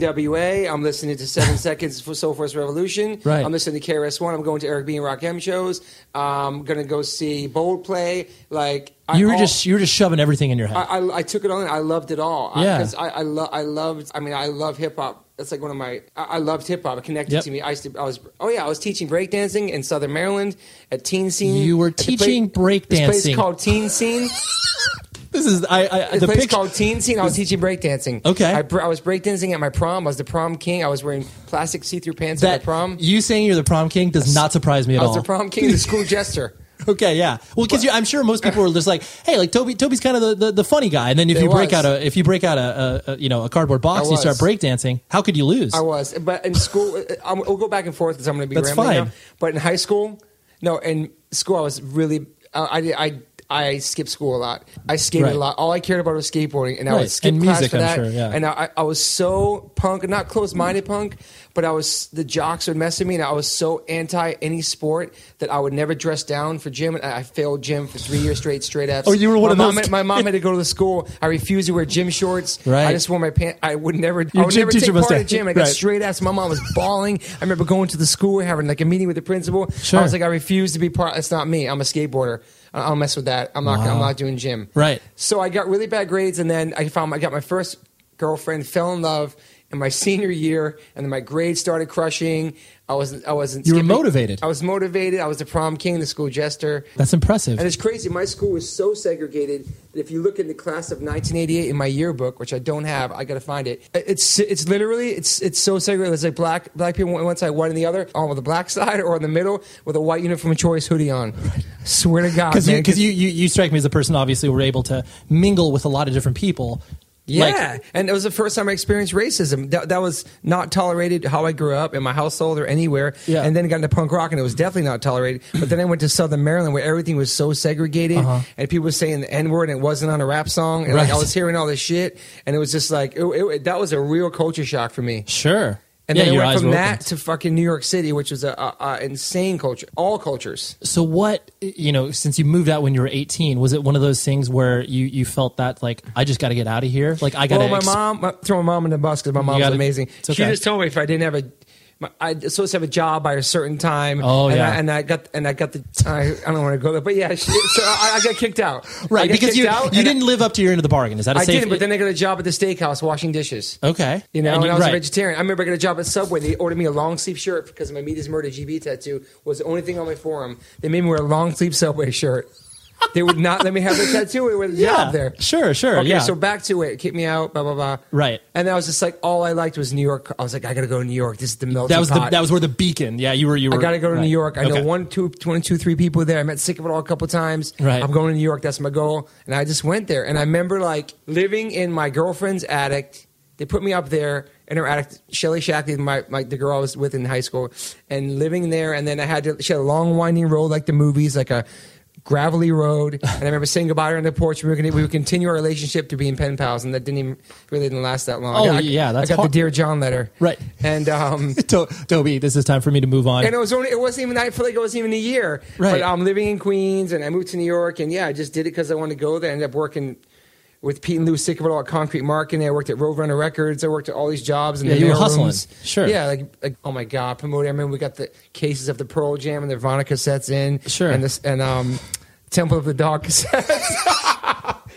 Speaker 3: NWA. I'm listening to Seven Seconds for Soul Force Revolution.
Speaker 2: Right.
Speaker 3: I'm listening to KRS One. I'm going to Eric B and Rock M shows. I'm gonna go see Bold Play. Like I
Speaker 2: you were
Speaker 3: all-
Speaker 2: just you were just shoving everything in your head.
Speaker 3: I, I, I took it on. I loved it all.
Speaker 2: Yeah.
Speaker 3: Because I, I, lo- I loved. I mean, I love hip hop. That's like one of my. I, I loved hip hop. It connected
Speaker 2: Yep.
Speaker 3: to me. I used to. I was. Oh yeah, I was teaching breakdancing in Southern Maryland at Teen Scene.
Speaker 2: You were
Speaker 3: at the pla-
Speaker 2: teaching
Speaker 3: This
Speaker 2: breakdancing.
Speaker 3: place called Teen Scene.
Speaker 2: this is I, I
Speaker 3: This
Speaker 2: the
Speaker 3: place
Speaker 2: picture.
Speaker 3: called Teen Scene. I was teaching breakdancing.
Speaker 2: Okay.
Speaker 3: I, br- I was breakdancing at my prom. I was the prom king. I was wearing plastic see-through pants at
Speaker 2: that
Speaker 3: my prom.
Speaker 2: you saying you're the prom king does not surprise me at
Speaker 3: I was
Speaker 2: all.
Speaker 3: the prom king, the school jester.
Speaker 2: Okay, yeah. Well, because I'm sure most people are just like, "Hey, like Toby, Toby's kind of the, the, the funny guy." And then if
Speaker 3: It
Speaker 2: you break
Speaker 3: was.
Speaker 2: out a if you break out a, a, a you know a cardboard box and you
Speaker 3: was.
Speaker 2: start breakdancing, how could you lose?
Speaker 3: I was, but in school, uh, I'm, we'll go back and forth because I'm going to be
Speaker 2: That's
Speaker 3: rambling
Speaker 2: fine.
Speaker 3: now. But in high school, no, in school I was really, uh, I, I, I, I skipped school a lot. I skated
Speaker 2: Right.
Speaker 3: a lot. All I cared about was skateboarding, and I
Speaker 2: Right.
Speaker 3: would skip
Speaker 2: And
Speaker 3: class
Speaker 2: music,
Speaker 3: for
Speaker 2: I'm
Speaker 3: that.
Speaker 2: sure, yeah.
Speaker 3: And I, I was so punk, not close-minded punk, but I was the jocks would mess with me, and I was so anti any sport that I would never dress down for gym. And I I failed gym for three years straight, straight Fs.
Speaker 2: Oh, you were one
Speaker 3: my
Speaker 2: of
Speaker 3: mom
Speaker 2: those
Speaker 3: had- my mom had to go to the school. I refused to wear gym shorts.
Speaker 2: Right.
Speaker 3: I just wore my pants. I would never.
Speaker 2: Your
Speaker 3: I would
Speaker 2: gym
Speaker 3: never
Speaker 2: teacher
Speaker 3: take
Speaker 2: must
Speaker 3: part in
Speaker 2: have-
Speaker 3: the gym. I got
Speaker 2: right.
Speaker 3: straight ass. My mom was bawling. I remember going to the school, having like a meeting with the principal.
Speaker 2: Sure.
Speaker 3: I was like, I refuse to be part. That's not me. I'm a skateboarder. I- I'll mess with that. I'm not. I'm not doing gym.
Speaker 2: Right.
Speaker 3: So I got really bad grades, and then I found I got my first girlfriend. Fell in love in my senior year, and then my grades started crushing. I wasn't. I wasn't.
Speaker 2: You were
Speaker 3: skipping-
Speaker 2: motivated.
Speaker 3: I was motivated. I was the prom king, the school jester.
Speaker 2: That's impressive.
Speaker 3: And it's crazy. My school was so segregated that if you look in the class of 1988 in my yearbook, which I don't have, I gotta find it. It's it's literally it's it's so segregated. It's like black black people on one side, white on the other, on the black side or in the middle with a white uniform choice hoodie on. Swear to God,
Speaker 2: Because
Speaker 3: man.
Speaker 2: you, 'cause you, you, you strike me as a person, obviously, were able to mingle with a lot of different people. Like,
Speaker 3: Yeah, and it was the first time I experienced racism. That, that was not tolerated how I grew up in my household or anywhere.
Speaker 2: Yeah.
Speaker 3: And then I got into punk rock, and it was definitely not tolerated. But then I went to Southern Maryland, where everything was so segregated, and people were saying the N word, and it wasn't on a rap song, and like,
Speaker 2: Uh-huh. Right.
Speaker 3: I was hearing all this shit, and it was just like it, it, that was a real culture shock for me.
Speaker 2: sure.
Speaker 3: And
Speaker 2: yeah,
Speaker 3: then
Speaker 2: your
Speaker 3: I
Speaker 2: eyes
Speaker 3: went from
Speaker 2: were
Speaker 3: that
Speaker 2: opened.
Speaker 3: to fucking New York City, which was a, a, a insane culture, all cultures.
Speaker 2: So what you know, since you moved out when you were 18, was it one of those things where you you felt that like I just got to get out of here? Like I got to.
Speaker 3: Well, my mom, my, throw my mom in the bus because my mom's
Speaker 2: gotta-
Speaker 3: amazing.
Speaker 2: it's okay.
Speaker 3: She just told me if I didn't have a my, I was supposed to have a job by a certain time.
Speaker 2: Oh,
Speaker 3: and
Speaker 2: yeah.
Speaker 3: I, and I got and I got the I, I don't want to go there, but yeah, she, so I, I got kicked out. I
Speaker 2: Right,
Speaker 3: got
Speaker 2: because
Speaker 3: kicked
Speaker 2: you
Speaker 3: out, and
Speaker 2: you
Speaker 3: I-
Speaker 2: didn't live up to your end of the bargain. Is that a
Speaker 3: I
Speaker 2: safe?
Speaker 3: didn't, but then I got a job at the steakhouse washing dishes.
Speaker 2: okay,
Speaker 3: You know, and,
Speaker 2: you-
Speaker 3: I was
Speaker 2: right.
Speaker 3: a vegetarian. I remember I got a job at Subway. They ordered me a long sleeve shirt because my "Meat Is Murder" GB tattoo was the only thing on my forearm. They made me wear a long sleeve Subway shirt. They would not let me have the tattoo. It was a
Speaker 2: Yeah,
Speaker 3: job there.
Speaker 2: sure, sure,
Speaker 3: Okay,
Speaker 2: yeah.
Speaker 3: so back to it. Kick me out. Blah blah blah.
Speaker 2: Right.
Speaker 3: And I was just like, all I liked was New York. I was like, I gotta go to New York. This is the melting
Speaker 2: That was the,
Speaker 3: pot.
Speaker 2: that was where the beacon. Yeah, you were you were.
Speaker 3: I gotta go to
Speaker 2: right.
Speaker 3: New York. I
Speaker 2: Okay.
Speaker 3: know one, two, one, two, three people there. I met sick of it all a couple times.
Speaker 2: Right.
Speaker 3: I'm going to New York. That's my goal. And I just went there. And I remember like living in my girlfriend's attic. They put me up there in her attic. Shelly Shackley, my, my the girl I was with in high school, and living there. And then I had to. She had a long winding road like the movies, like a gravelly road. And I remember saying goodbye to her on the porch. We were gonna, we would continue our relationship to being pen pals, and that didn't even really didn't last that long.
Speaker 2: Oh,
Speaker 3: I,
Speaker 2: yeah, that's
Speaker 3: I got
Speaker 2: hard.
Speaker 3: the dear John letter.
Speaker 2: Right.
Speaker 3: And um.
Speaker 2: To- Toby, this is time for me to move on.
Speaker 3: And it was only it wasn't even I feel like it wasn't even a year.
Speaker 2: Right.
Speaker 3: But I'm living in Queens and I moved to New York and yeah, I just did it because I wanted to go there. I ended up working with Pete and Lou Sickerville at Concrete Market. I worked at Roadrunner Records. I worked at all these jobs. And
Speaker 2: Yeah,
Speaker 3: the
Speaker 2: you were
Speaker 3: mailrooms.
Speaker 2: hustling. Sure.
Speaker 3: Yeah, like, like oh my god, promoting. I remember we got the cases of the Pearl Jam and the Nirvana cassettes in.
Speaker 2: Sure.
Speaker 3: And this and um, Temple of the Dog cassettes.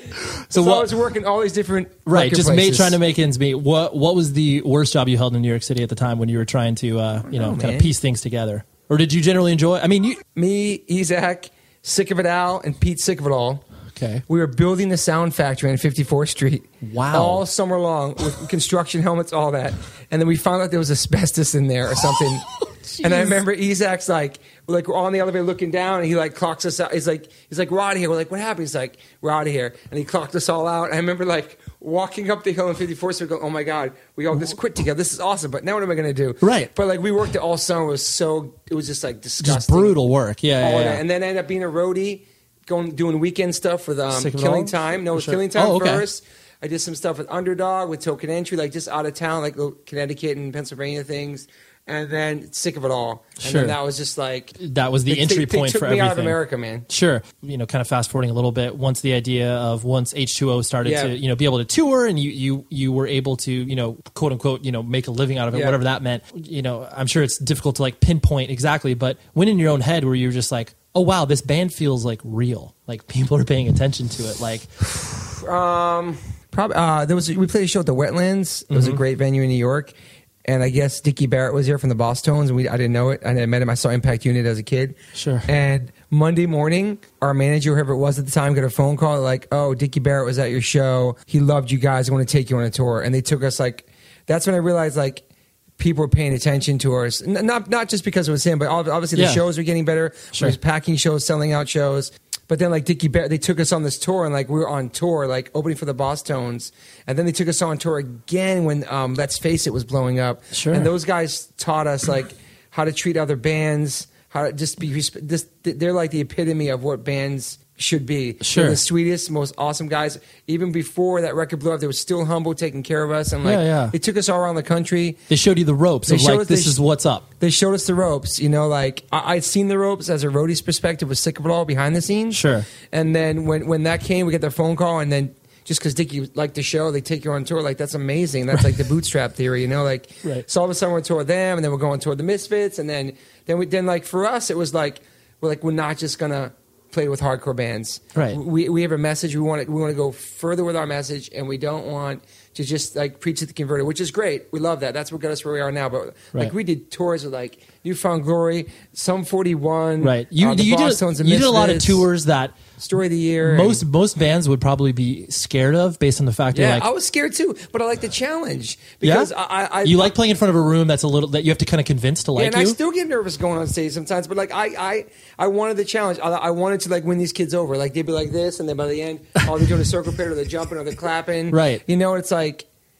Speaker 2: so
Speaker 3: so I
Speaker 2: what?
Speaker 3: was working all these different
Speaker 2: Right,
Speaker 3: record
Speaker 2: just made
Speaker 3: places.
Speaker 2: trying to make ends meet. What what was the worst job you held in New York City at the time when you were trying to uh, you know kind
Speaker 3: man.
Speaker 2: of piece things together? Or did you generally enjoy? I mean, you
Speaker 3: me, Isaac, Sick of It Al, and Pete Sick of It All.
Speaker 2: Okay.
Speaker 3: We were building the sound factory on 54th Street.
Speaker 2: Wow.
Speaker 3: All summer long with construction helmets, all that. And then we found out there was asbestos in
Speaker 2: Oh,
Speaker 3: there or something. and I remember Isaac's like, like we're all in the elevator looking down, and he like clocks us out. He's like, he's like, we're out of here. We're like, what happened? He's like, we're out of here. And he clocked us all out. And I remember like walking up the hill in 54th Street, going, oh my god, we all just quit together. This is awesome. But now what am I going to do?
Speaker 2: Right.
Speaker 3: But like we worked it all summer. It was so it was just like disgusting
Speaker 2: just brutal work. Yeah,
Speaker 3: all
Speaker 2: yeah,
Speaker 3: of
Speaker 2: yeah.
Speaker 3: that. And then I ended up being a roadie, going doing weekend stuff with um,
Speaker 2: Sick of it
Speaker 3: Killing
Speaker 2: all?
Speaker 3: Time. No, it was
Speaker 2: Sure.
Speaker 3: Killing Time
Speaker 2: Oh, okay.
Speaker 3: first. I did some stuff with Underdog, with Token Entry, like just out of town, like little Connecticut and Pennsylvania things. And then sick of it all. And
Speaker 2: Sure.
Speaker 3: then that was just like
Speaker 2: that was the
Speaker 3: they-
Speaker 2: entry
Speaker 3: they- they
Speaker 2: point
Speaker 3: took
Speaker 2: for
Speaker 3: me
Speaker 2: everything.
Speaker 3: out of America, man.
Speaker 2: Sure. You know, kind of fast forwarding a little bit, once the idea of once H2O started
Speaker 3: Yeah.
Speaker 2: to, you know, be able to tour and you, you, you were able to, you know, quote unquote, you know, make a living out of it,
Speaker 3: Yeah.
Speaker 2: whatever that meant, you know, I'm sure it's difficult to like pinpoint exactly, but when in your own head where you're just like, oh, wow, this band feels like real, like people are paying attention to it. Like,
Speaker 3: Probably uh, there was we played a show at the Wetlands. It
Speaker 2: Mm-hmm.
Speaker 3: was a great venue in New York, and I guess Dickie Barrett was here from the Boss Tones, and we I didn't know it. And I met him. I saw Impact Unit as a kid.
Speaker 2: Sure.
Speaker 3: And Monday morning, our manager, whoever it was at the time, got a phone call like, "Oh, Dickie Barrett was at your show. He loved you guys. I want to take you on a tour." And they took us like. That's when I realized like people were paying attention to us. N- not not just because it was him, but ob- obviously
Speaker 2: Yeah.
Speaker 3: the shows were getting better.
Speaker 2: Sure.
Speaker 3: We was packing shows, selling out shows. But then like Dickie Bear, they took us on this tour and like we were on tour, like opening for the Boss Tones. And then they took us on tour again when um, Let's Face It was blowing up.
Speaker 2: Sure.
Speaker 3: And those guys taught us like how to treat other bands, how to just be, resp- this, they're like the epitome of what bands should be.
Speaker 2: Sure.
Speaker 3: They're the sweetest, most awesome guys. Even before that record blew up, they were still humble, taking care of us. And like,
Speaker 2: Yeah, yeah.
Speaker 3: they took us all around the country
Speaker 2: they showed you the ropes
Speaker 3: They
Speaker 2: of
Speaker 3: showed
Speaker 2: like,
Speaker 3: us- they
Speaker 2: this
Speaker 3: sh-
Speaker 2: is what's up.
Speaker 3: they showed us the ropes. You know, like I, I'd seen the ropes as a roadie's perspective with Sick of It All behind the scenes.
Speaker 2: Sure.
Speaker 3: And then when when that came, we get the phone call, and then just because Dickie liked the show, they take you on tour. Like that's amazing. That's like the bootstrap theory. You know, like
Speaker 2: Right.
Speaker 3: so all of a sudden we're on tour with them, and then we're going toward the Misfits, and then then we then like for us it was like we're like we're not just gonna play with hardcore bands.
Speaker 2: Right.
Speaker 3: We we have a message. We want to we want to go further with our message, and we don't want to just like preach at the converted, which is great. We love that. That's what got us where we are now. But
Speaker 2: Right.
Speaker 3: like we did tours with like Newfound Glory, Some Forty One,
Speaker 2: Right. You,
Speaker 3: uh, the
Speaker 2: you, did,
Speaker 3: Boston's and
Speaker 2: you did a lot of
Speaker 3: Misfits,
Speaker 2: tours that
Speaker 3: Story of the Year. and-
Speaker 2: most, most bands would probably be scared of based on the fact
Speaker 3: yeah, oh,
Speaker 2: that like,
Speaker 3: I was scared too, but I like the challenge because I, I, I
Speaker 2: you like playing in front of a room that's a little that you have to kind of convince to like
Speaker 3: and
Speaker 2: you.
Speaker 3: I still get nervous going on stage sometimes, but like I, I, I wanted the challenge. I, I wanted to like win these kids over. Like they'd be like this, and then by the end, all they're doing is circle pit, or they're jumping, or they're clapping.
Speaker 2: Right.
Speaker 3: You know, it's like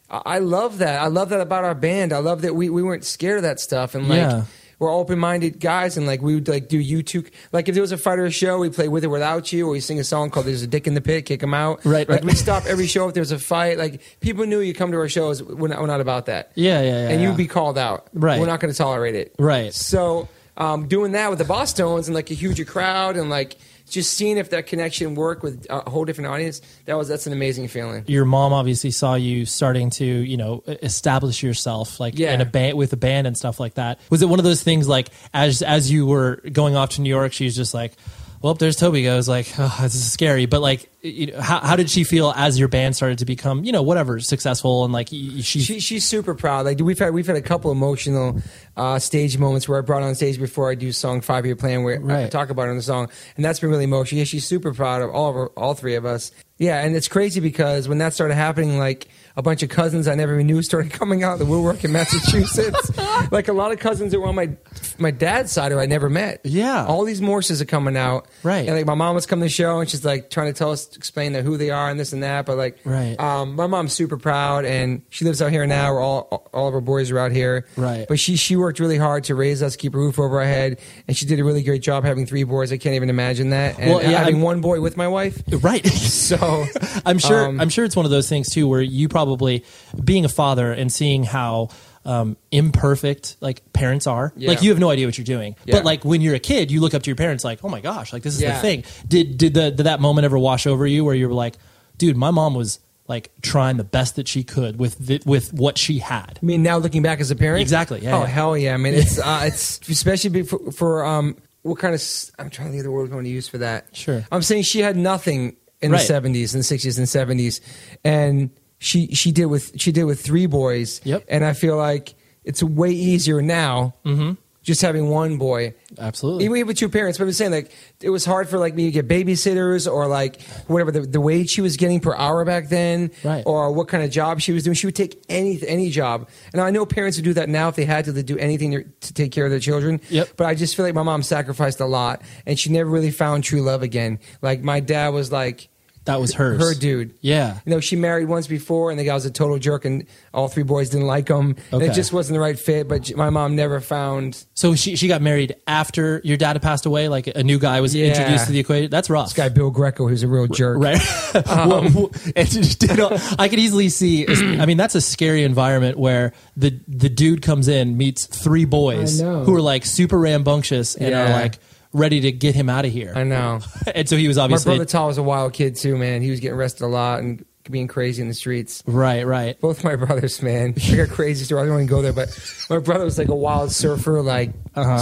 Speaker 3: I I love that. I love that about our band. I love that we we weren't scared of that stuff, and like.
Speaker 2: Yeah.
Speaker 3: We're open-minded guys, and like we would like do YouTube. Like if there was a fighter show, we play with or without you, or we sing a song called "There's a Dick in the Pit," kick him out.
Speaker 2: Right,
Speaker 3: Like
Speaker 2: right.
Speaker 3: we stop every show if there's a fight. Like people knew you come to our shows. We're not, we're not about that.
Speaker 2: Yeah, yeah, yeah,
Speaker 3: And
Speaker 2: yeah.
Speaker 3: you'd be called out.
Speaker 2: Right.
Speaker 3: We're not going to tolerate it.
Speaker 2: Right.
Speaker 3: So um, doing that with the Bostones and like a huger crowd and like just seeing if that connection worked with a whole different audience, that was that's an amazing feeling.
Speaker 2: Your mom obviously saw you starting to, you know, e-, establish yourself like
Speaker 3: Yeah.
Speaker 2: in a band with a band and stuff like that. Was it one of those things like as as you were going off to New York, she was just like, "Well, there's Toby goes." Like, oh, this is scary. But like, you know, how how did she feel as your band started to become, you know, whatever successful and like y- y- she,
Speaker 3: She, she's super proud. Like we've had we've had a couple emotional uh, stage moments where I brought on stage before I do song five year plan where I
Speaker 2: Right.
Speaker 3: talk about it in the song, and that's been really emotional. Yeah, she's super proud of all of her, all three of us. Yeah, and it's crazy because when that started happening, like a bunch of cousins I never even knew started coming out of the woodwork in Massachusetts. like a lot of cousins that were on my my dad's side who I never met.
Speaker 2: Yeah.
Speaker 3: all these Morses are coming out.
Speaker 2: Right.
Speaker 3: and like my mom was coming to the show and she's like trying to tell us explain to who they are and this and that, but like
Speaker 2: Right.
Speaker 3: um, my mom's super proud, and she lives out here now. We're all all of our boys are out here,
Speaker 2: Right.
Speaker 3: But she she worked really hard to raise us, keep a roof over our head, and she did a really great job having three boys. I can't even imagine that, and
Speaker 2: Well, yeah,
Speaker 3: having
Speaker 2: I'm-
Speaker 3: one boy with my wife.
Speaker 2: right?
Speaker 3: So
Speaker 2: I'm sure.
Speaker 3: Um,
Speaker 2: I'm sure it's one of those things too, where you probably being a father and seeing how um, imperfect like parents are.
Speaker 3: Yeah.
Speaker 2: Like you have no idea what you're doing,
Speaker 3: Yeah.
Speaker 2: but like when you're a kid, you look up to your parents like, oh my gosh, like this is
Speaker 3: Yeah.
Speaker 2: the thing. Did did the did that moment ever wash over you where you were like, dude, my mom was like trying the best that she could with the, with what she had.
Speaker 3: I mean, now looking back as a parent,
Speaker 2: Exactly, yeah,
Speaker 3: oh
Speaker 2: yeah.
Speaker 3: hell yeah! I mean, it's uh, it's especially be- for, for um, what kind of s- I'm trying to think of the word I'm going to use for that.
Speaker 2: Sure.
Speaker 3: I'm saying she had nothing in
Speaker 2: Right.
Speaker 3: the 70s and 60s and 70s, and she she did with she did with three boys.
Speaker 2: Yep.
Speaker 3: And I feel like it's way easier now.
Speaker 2: Mm-hmm.
Speaker 3: Just having one boy,
Speaker 2: Absolutely.
Speaker 3: Even with two parents, but I'm saying like it was hard for like me to get babysitters or like whatever the, the wage she was getting per hour back then,
Speaker 2: Right.
Speaker 3: Or or what kind of job she was doing. She would take any any job, and I know parents would do that now if they had to. They do anything to, to take care of their children.
Speaker 2: Yep.
Speaker 3: But I just feel like my mom sacrificed a lot, and she never really found true love again. Like my dad was like
Speaker 2: That was hers.
Speaker 3: her dude.
Speaker 2: Yeah.
Speaker 3: You know, she married once before, and the guy was a total jerk, and all three boys didn't like him. And
Speaker 2: Okay.
Speaker 3: it just wasn't the right fit. But j- my mom never found.
Speaker 2: So she she got married after your dad had passed away. Like a new guy was
Speaker 3: Yeah.
Speaker 2: introduced to the equation. That's rough.
Speaker 3: This guy Bill Greco, who's a real jerk.
Speaker 2: right? Well,
Speaker 3: Um,
Speaker 2: well, and you just did all- I could easily see. I mean, that's a scary environment where the the dude comes in, meets three boys
Speaker 3: I know.
Speaker 2: who are like super rambunctious and are
Speaker 3: Yeah.
Speaker 2: like ready to get him out of here.
Speaker 3: I know.
Speaker 2: And so he was
Speaker 3: My
Speaker 2: obviously
Speaker 3: brother Tal was a wild kid too, man. He was getting arrested a lot and being crazy in the streets.
Speaker 2: right, right.
Speaker 3: both my brothers, man. I got crazy story. I don't want to go there, but my brother was like a wild surfer, like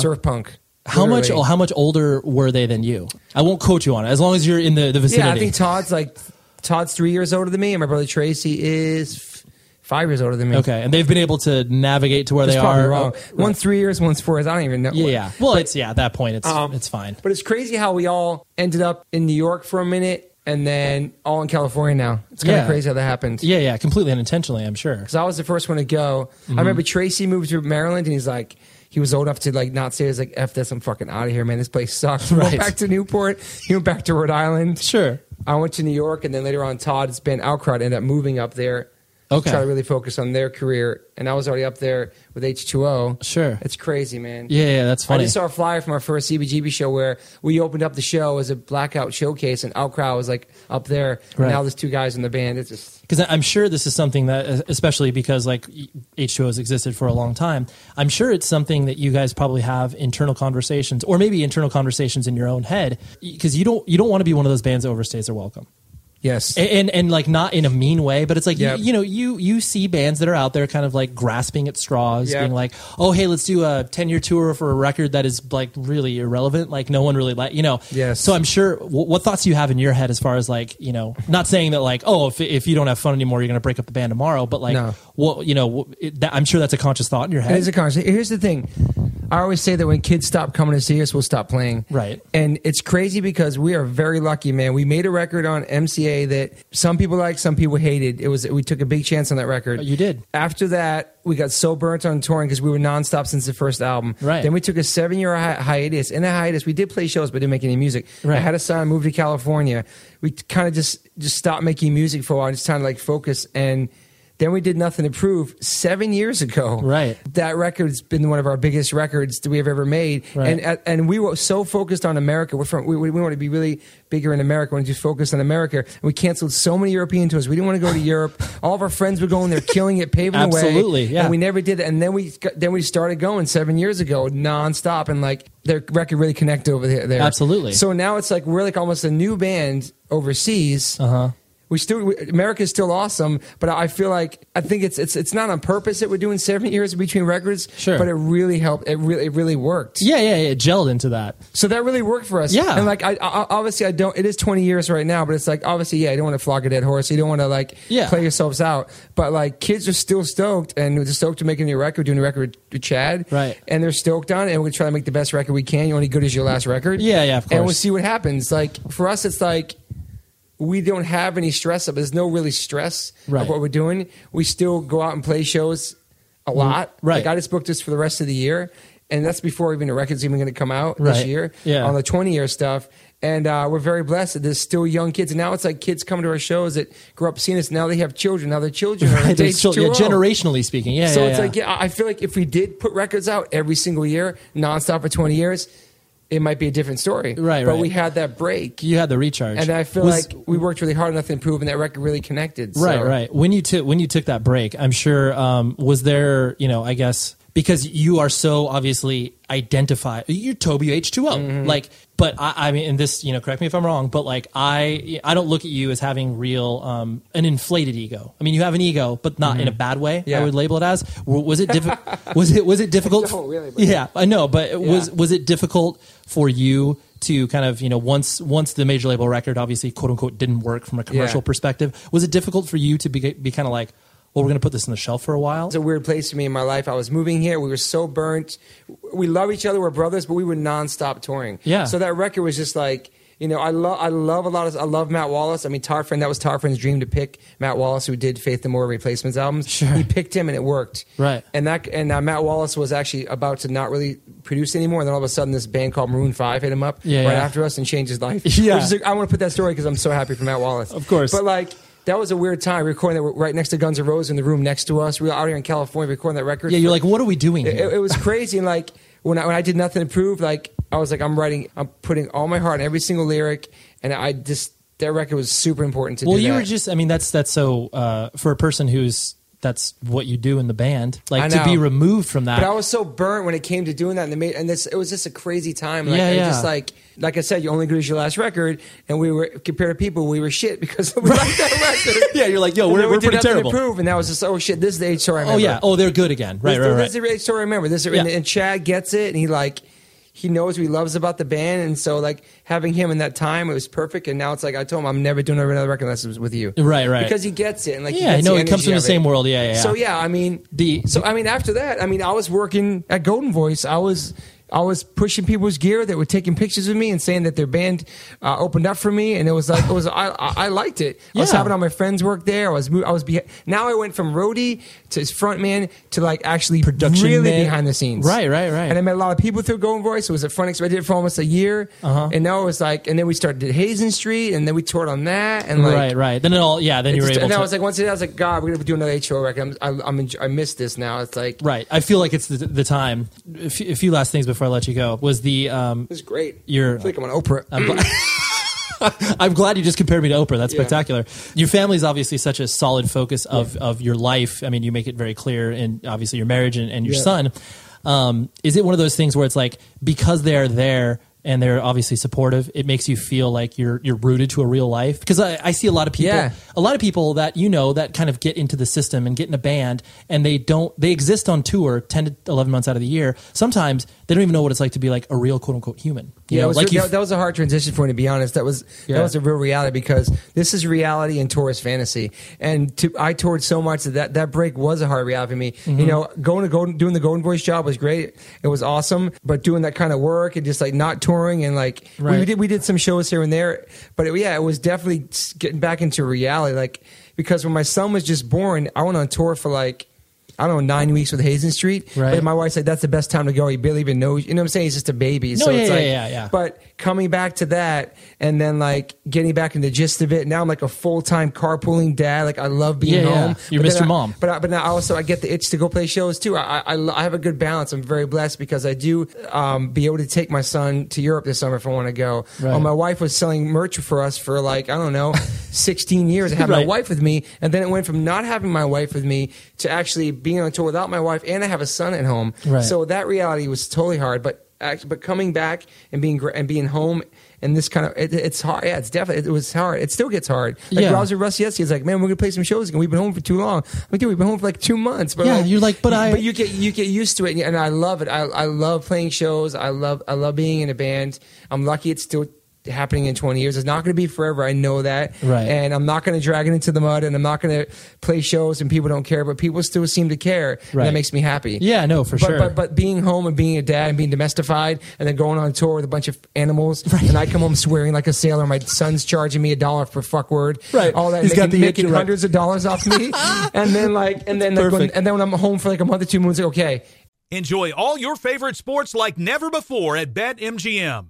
Speaker 3: surf punk.
Speaker 2: Uh-huh. How much
Speaker 3: literally.
Speaker 2: how much older were they than you? I won't quote you on it as long as you're in the the vicinity.
Speaker 3: Yeah, I think Todd's like Todd's three years older than me, and my brother Tracy is f- five years older than me.
Speaker 2: okay, and they've been able to navigate to where
Speaker 3: That's
Speaker 2: they
Speaker 3: probably
Speaker 2: are.
Speaker 3: wrong.
Speaker 2: Oh, right.
Speaker 3: One's three years, one's four years. I don't even know.
Speaker 2: yeah, yeah. Well, it's yeah. At that point, it's
Speaker 3: um,
Speaker 2: it's fine.
Speaker 3: But it's crazy how we all ended up in New York for a minute, and then all in California now. It's kind of
Speaker 2: Yeah.
Speaker 3: crazy how that happened.
Speaker 2: Yeah, yeah. Completely unintentionally, I'm sure.
Speaker 3: because I was the first one to go.
Speaker 2: Mm-hmm.
Speaker 3: I remember Tracy moved to Maryland, and he's like, he was old enough to like not say, "He's like, f this, I'm fucking out of here, man. This place sucks." He
Speaker 2: Right.
Speaker 3: Went back to Newport. He went back to Rhode Island.
Speaker 2: Sure.
Speaker 3: I went to New York, and then later on, Todd's band Outcrowd ended up moving up there.
Speaker 2: Okay.
Speaker 3: To try to really focus on their career, and I was already up there with H2O.
Speaker 2: Sure.
Speaker 3: it's crazy, man.
Speaker 2: Yeah, yeah. That's
Speaker 3: I
Speaker 2: funny.
Speaker 3: just saw a flyer from our first CBGB show where we opened up the show as a blackout showcase, and Outcrowd was like up there.
Speaker 2: Right.
Speaker 3: Now there's two guys in the band. It's just
Speaker 2: because I'm sure this is something that, especially because like H2O has existed for a long time, I'm sure it's something that you guys probably have internal conversations, or maybe internal conversations in your own head, because you don't you don't want to be one of those bands that overstays their welcome,
Speaker 3: yes,
Speaker 2: and and, and, like not in a mean way, but it's like
Speaker 3: Yep.
Speaker 2: you, you know you you see bands that are out there kind of like grasping at straws,
Speaker 3: Yep.
Speaker 2: being like, oh hey, let's do a ten year tour for a record that is like really irrelevant, like no one really like you know.
Speaker 3: Yes.
Speaker 2: So I'm sure what, what thoughts do you have in your head as far as like you know not saying that like oh if, if you don't have fun anymore you're gonna break up the band tomorrow but like
Speaker 3: No.
Speaker 2: what you know what- it, that, i'm sure that's a conscious thought in your head
Speaker 3: It is a conscious. Here's the thing. I always say that when kids stop coming to see us, we'll stop playing.
Speaker 2: Right.
Speaker 3: And it's crazy because we are very lucky, man. We made a record on MCA that some people liked, some people hated. It was we took a big chance on that record.
Speaker 2: Oh, You did.
Speaker 3: After that, we got so burnt on touring because we were nonstop since the first album.
Speaker 2: Right.
Speaker 3: Then we took a seven year hi- hiatus. In that hiatus, we did play shows but didn't make any music.
Speaker 2: Right.
Speaker 3: I had a son, moved to California. We kind of just just stopped making music for a while, just trying to like focus and. Then we did nothing to prove seven years ago.
Speaker 2: Right.
Speaker 3: That record's been one of our biggest records that we have ever made.
Speaker 2: Right.
Speaker 3: And uh, and we were so focused on America. We're from, we, we want to be really bigger in America. We want to just focus on America. And we canceled so many European tours. We didn't want to go to Europe. All of our friends were going there, killing it, paving the way.
Speaker 2: Absolutely, yeah.
Speaker 3: And we never did it. And then we got- then we started going seven years ago nonstop. And like their record really connected over there. there.
Speaker 2: Absolutely.
Speaker 3: So now it's like we're like almost a new band overseas. Uh huh. We still we, America's still awesome, but I feel like I think it's it's it's not on purpose that we're doing seven years between records.
Speaker 2: Sure.
Speaker 3: But it really helped. It really it really worked.
Speaker 2: Yeah, yeah, yeah. It gelled into that.
Speaker 3: So that really worked for us.
Speaker 2: Yeah.
Speaker 3: And like, I, I obviously I don't. It is twenty years right now, but it's like obviously, yeah, you don't want to flog a dead horse. You don't want to like
Speaker 2: Yeah.
Speaker 3: play yourselves out. But like, kids are still stoked, and they're stoked to make a new record, doing a record with Chad,
Speaker 2: Right.
Speaker 3: And they're stoked on it, and we're gonna try to make the best record we can. You're only good as your last record.
Speaker 2: Yeah, yeah, of
Speaker 3: And we'll
Speaker 2: course.
Speaker 3: see what happens. Like for us, it's like. We don't have any stress of. There's no really stress
Speaker 2: Right.
Speaker 3: of what we're doing. We still go out and play shows a lot.
Speaker 2: Mm-hmm. Right.
Speaker 3: Like I just booked this for the rest of the year, and that's before even the record's even going to come out
Speaker 2: Right.
Speaker 3: this year
Speaker 2: Yeah.
Speaker 3: on the 20 year stuff. And uh, we're very blessed that there's still young kids. And now it's like kids come to our shows that grew up seeing us. Now they have children. Now their children are
Speaker 2: Right,
Speaker 3: right,
Speaker 2: there's still- yeah, generationally speaking. Yeah,
Speaker 3: so
Speaker 2: yeah,
Speaker 3: it's
Speaker 2: yeah.
Speaker 3: like, yeah, I I feel like if we did put records out every single year, nonstop for 20 years, it might be a different story.
Speaker 2: Right,
Speaker 3: But
Speaker 2: right.
Speaker 3: we had that break.
Speaker 2: you had the recharge,
Speaker 3: and I feel
Speaker 2: Was-
Speaker 3: like we worked really hard on nothing improving that record really connected.
Speaker 2: Right,
Speaker 3: So-
Speaker 2: right. When you took when you took that break, I'm sure um, was there, you know, I guess because you are so obviously identified. You're Toby H2O,
Speaker 3: Mm-hmm.
Speaker 2: like. But I, I mean, and this, you know, correct me if I'm wrong, but like I, I don't look at you as having real um, an inflated ego. I mean, you have an ego, but not in a bad way. I
Speaker 3: Mm-hmm. Yeah.
Speaker 2: would label it as. W- Was it diffi- was it was it difficult?
Speaker 3: don't really, but-
Speaker 2: yeah, I know, but it was was it difficult for you? To kind of you know once once the major label record obviously quote unquote didn't work from a commercial
Speaker 3: Yeah.
Speaker 2: perspective. Was it difficult for you to be, be kind of like, well, we're going to put this on the shelf for a while?
Speaker 3: It's a weird place for me in my life. I was moving here. We were so burnt. We love each other. We're brothers, but we were nonstop touring.
Speaker 2: Yeah.
Speaker 3: So that record was just like, you know, I love, I love a lot of, I love Matt Wallace. I mean, Tarfin, that was Tarfin's dream to pick Matt Wallace, who did Faith the More replacements albums. Sure. He picked him, and it worked.
Speaker 2: Right.
Speaker 3: And that, and uh, Matt Wallace was actually about to not really produce anymore, and then all of a sudden, this band called Maroon Five hit him up
Speaker 2: Yeah,
Speaker 3: right
Speaker 2: yeah.
Speaker 3: after us and changed his life.
Speaker 2: Yeah.
Speaker 3: Which is, I want to put that story because I'm so happy for Matt Wallace.
Speaker 2: Of course.
Speaker 3: But like that was a weird time recording that right next to Guns N' Roses in the room next to us. We were out here in California recording that record.
Speaker 2: yeah, you're like, what are we doing?
Speaker 3: it,
Speaker 2: here?
Speaker 3: it was crazy. And like when I when I did nothing to prove, like I was like I'm writing, I'm putting all my heart in every single lyric, and I just that record was super important to.
Speaker 2: well,
Speaker 3: do
Speaker 2: you
Speaker 3: that.
Speaker 2: were just, I mean, that's, that's so, uh, for a person who's, that's what you do in the band,
Speaker 3: I
Speaker 2: like to be
Speaker 3: know.
Speaker 2: removed from that.
Speaker 3: But I was so burnt when it came to doing that, and, they made, and this it was just a crazy time. Like,
Speaker 2: Yeah,
Speaker 3: it was
Speaker 2: yeah.
Speaker 3: Just like like I said, you only good as your last record, and we were compared to people, we were shit because we liked that record.
Speaker 2: Yeah, you're like, yo,
Speaker 3: And
Speaker 2: we're-
Speaker 3: then
Speaker 2: we're
Speaker 3: we did
Speaker 2: pretty
Speaker 3: nothing
Speaker 2: terrible.
Speaker 3: To prove, and that was just oh shit, this is the age story. I
Speaker 2: oh
Speaker 3: remember.
Speaker 2: yeah. Oh, they're good again. Right,
Speaker 3: this,
Speaker 2: right,
Speaker 3: This
Speaker 2: right.
Speaker 3: is the story I remember. This
Speaker 2: Yeah.
Speaker 3: and, and Chad gets it, and he like he knows what he loves about the band, and so like having him in that time, it was perfect. And now it's like I told him I'm never doing another record unless it was with you,
Speaker 2: Right, right.
Speaker 3: Because he gets it, and like he
Speaker 2: Yeah,
Speaker 3: gets
Speaker 2: no,
Speaker 3: the
Speaker 2: it
Speaker 3: energy
Speaker 2: comes from the
Speaker 3: of it.
Speaker 2: same world. Yeah, yeah, yeah.
Speaker 3: So yeah, I mean
Speaker 2: The-
Speaker 3: so I mean after that, I mean I was working at Golden Voice. I was. I was pushing people's gear that were taking pictures of me and saying that their band uh, opened up for me, and it was like it was I, I I liked it. I was
Speaker 2: Yeah.
Speaker 3: having all my friends work there. I was mo- I was be- now I went from roadie to frontman to like actually
Speaker 2: Production
Speaker 3: really
Speaker 2: man.
Speaker 3: behind the scenes.
Speaker 2: Right, right, right.
Speaker 3: And I met a lot of people through Golden Voice. It was a fun experience. I did it for almost a year, uh-huh. and now it was like, and then we started at Hazen Street, and then we toured on that, and like
Speaker 2: right, right. Then it all, yeah, then you were
Speaker 3: it's-
Speaker 2: able
Speaker 3: and
Speaker 2: to.
Speaker 3: I was like, once again, I was like, God, we're gonna do another HO record. I'm, I, I'm, enj- I miss this now. It's like,
Speaker 2: right. I feel like it's the, the time. A few, a few last things before I let you go was the, um,
Speaker 3: this is great.
Speaker 2: You're-
Speaker 3: I feel like I'm on Oprah.
Speaker 2: I'm, gl- I'm glad you just compared me to Oprah. That's
Speaker 3: Yeah.
Speaker 2: spectacular. Your family's obviously such a solid focus of, of your life. I mean, you make it very clear in obviously your marriage and, and your
Speaker 3: Yeah.
Speaker 2: son. Um, is it one of those things where it's like because they're there and they're obviously supportive, it makes you feel like you're you're rooted to a real life? Because I, I see a lot of people
Speaker 3: Yeah.
Speaker 2: a lot of people that you know that kind of get into the system and get in a band and they don't they exist on tour 10 to 11 months out of the year sometimes they don't even know what it's like to be like a real quote unquote human you
Speaker 3: yeah, it
Speaker 2: know,
Speaker 3: was,
Speaker 2: like you
Speaker 3: that, that was a hard transition for me to be honest. That was
Speaker 2: Yeah.
Speaker 3: that was a real reality because this is reality and tourist fantasy. And to, I toured so much that, that that break was a hard reality for me.
Speaker 2: Mm-hmm.
Speaker 3: You know, going to Golden, doing the Golden Voice job was great. It was awesome, but doing that kind of work and just like not touring and like
Speaker 2: Right.
Speaker 3: we did we did some shows here and there, but it, yeah, it was definitely s- getting back into reality. Like because when my son was just born, I went on tour for like. I don't know, nine weeks with Hazen Street.
Speaker 2: Right.
Speaker 3: But my wife said that's the best time to go. He barely even knows. You know what I'm saying? He's just a baby. so
Speaker 2: yeah,
Speaker 3: it's
Speaker 2: yeah,
Speaker 3: like,
Speaker 2: yeah, yeah.
Speaker 3: But coming back to that and then like getting back in the gist of it. Now I'm like a full time carpooling dad. Like I love being
Speaker 2: Yeah, yeah.
Speaker 3: home.
Speaker 2: You're
Speaker 3: But
Speaker 2: Mr.
Speaker 3: then I-
Speaker 2: Mom.
Speaker 3: but I, but now also I get the itch to go play shows too. I I, I have a good balance. I'm very blessed because I do um, be able to take my son to Europe this summer if I want to go.
Speaker 2: Right.
Speaker 3: Oh, my wife was selling merch for us for like I don't know, 16 years. I had my
Speaker 2: Right.
Speaker 3: wife with me, and then it went from not having my wife with me to actually being on tour without my wife, and I have a son at home.
Speaker 2: Right.
Speaker 3: So that reality was totally hard, but. act- but coming back and being gr- and being home and this kind of it, it's hard. Yeah, it's definitely it was hard. It still gets hard. Like
Speaker 2: Yeah.
Speaker 3: yeah. Ross Russ yesterday, he's like, man, we're gonna play some shows again. We've been home for too long. I'm like, dude, we've been home for like two months. But
Speaker 2: Yeah, you're like, but I-
Speaker 3: But you get you get used to it, and, and I love it. I I love playing shows. I love I love being in a band. I'm lucky it's still happening in 20 years. It's not going to be forever. I know that.
Speaker 2: Right.
Speaker 3: And I'm not going to drag it into the mud, and I'm not going to play shows, and people don't care. But people still seem to care. and
Speaker 2: Right.
Speaker 3: that makes me happy.
Speaker 2: Yeah, no, for
Speaker 3: but,
Speaker 2: sure.
Speaker 3: But, but being home and being a dad and being domestified and then going on tour with a bunch of animals and I come home swearing like a sailor. My son's charging me a dollar for fuck word.
Speaker 2: Right.
Speaker 3: All that
Speaker 2: He's
Speaker 3: making,
Speaker 2: got the itch,
Speaker 3: making
Speaker 2: you're right.
Speaker 3: hundreds of dollars off me. and then like and then like, when,
Speaker 2: perfect.
Speaker 3: and then when I'm home for like a month or two months, like, okay,
Speaker 6: Enjoy all your favorite sports like never before at BetMGM.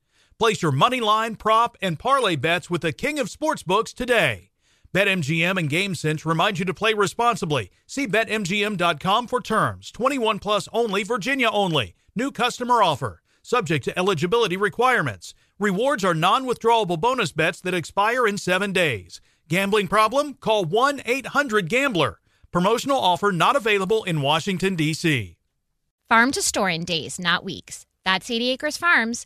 Speaker 6: Place your money line, prop, and parlay bets with the king of sportsbooks today. BetMGM and GameSense remind you to play responsibly. See BetMGM.com for terms. 21 plus only, Virginia only. New customer offer. Subject to eligibility requirements. Rewards are non withdrawable bonus bets that expire in seven days. Gambling problem? Call 1 800 Gambler. Promotional offer not available in Washington, D.C.
Speaker 5: Farm to store in days, not weeks. That's 80 Acres Farms.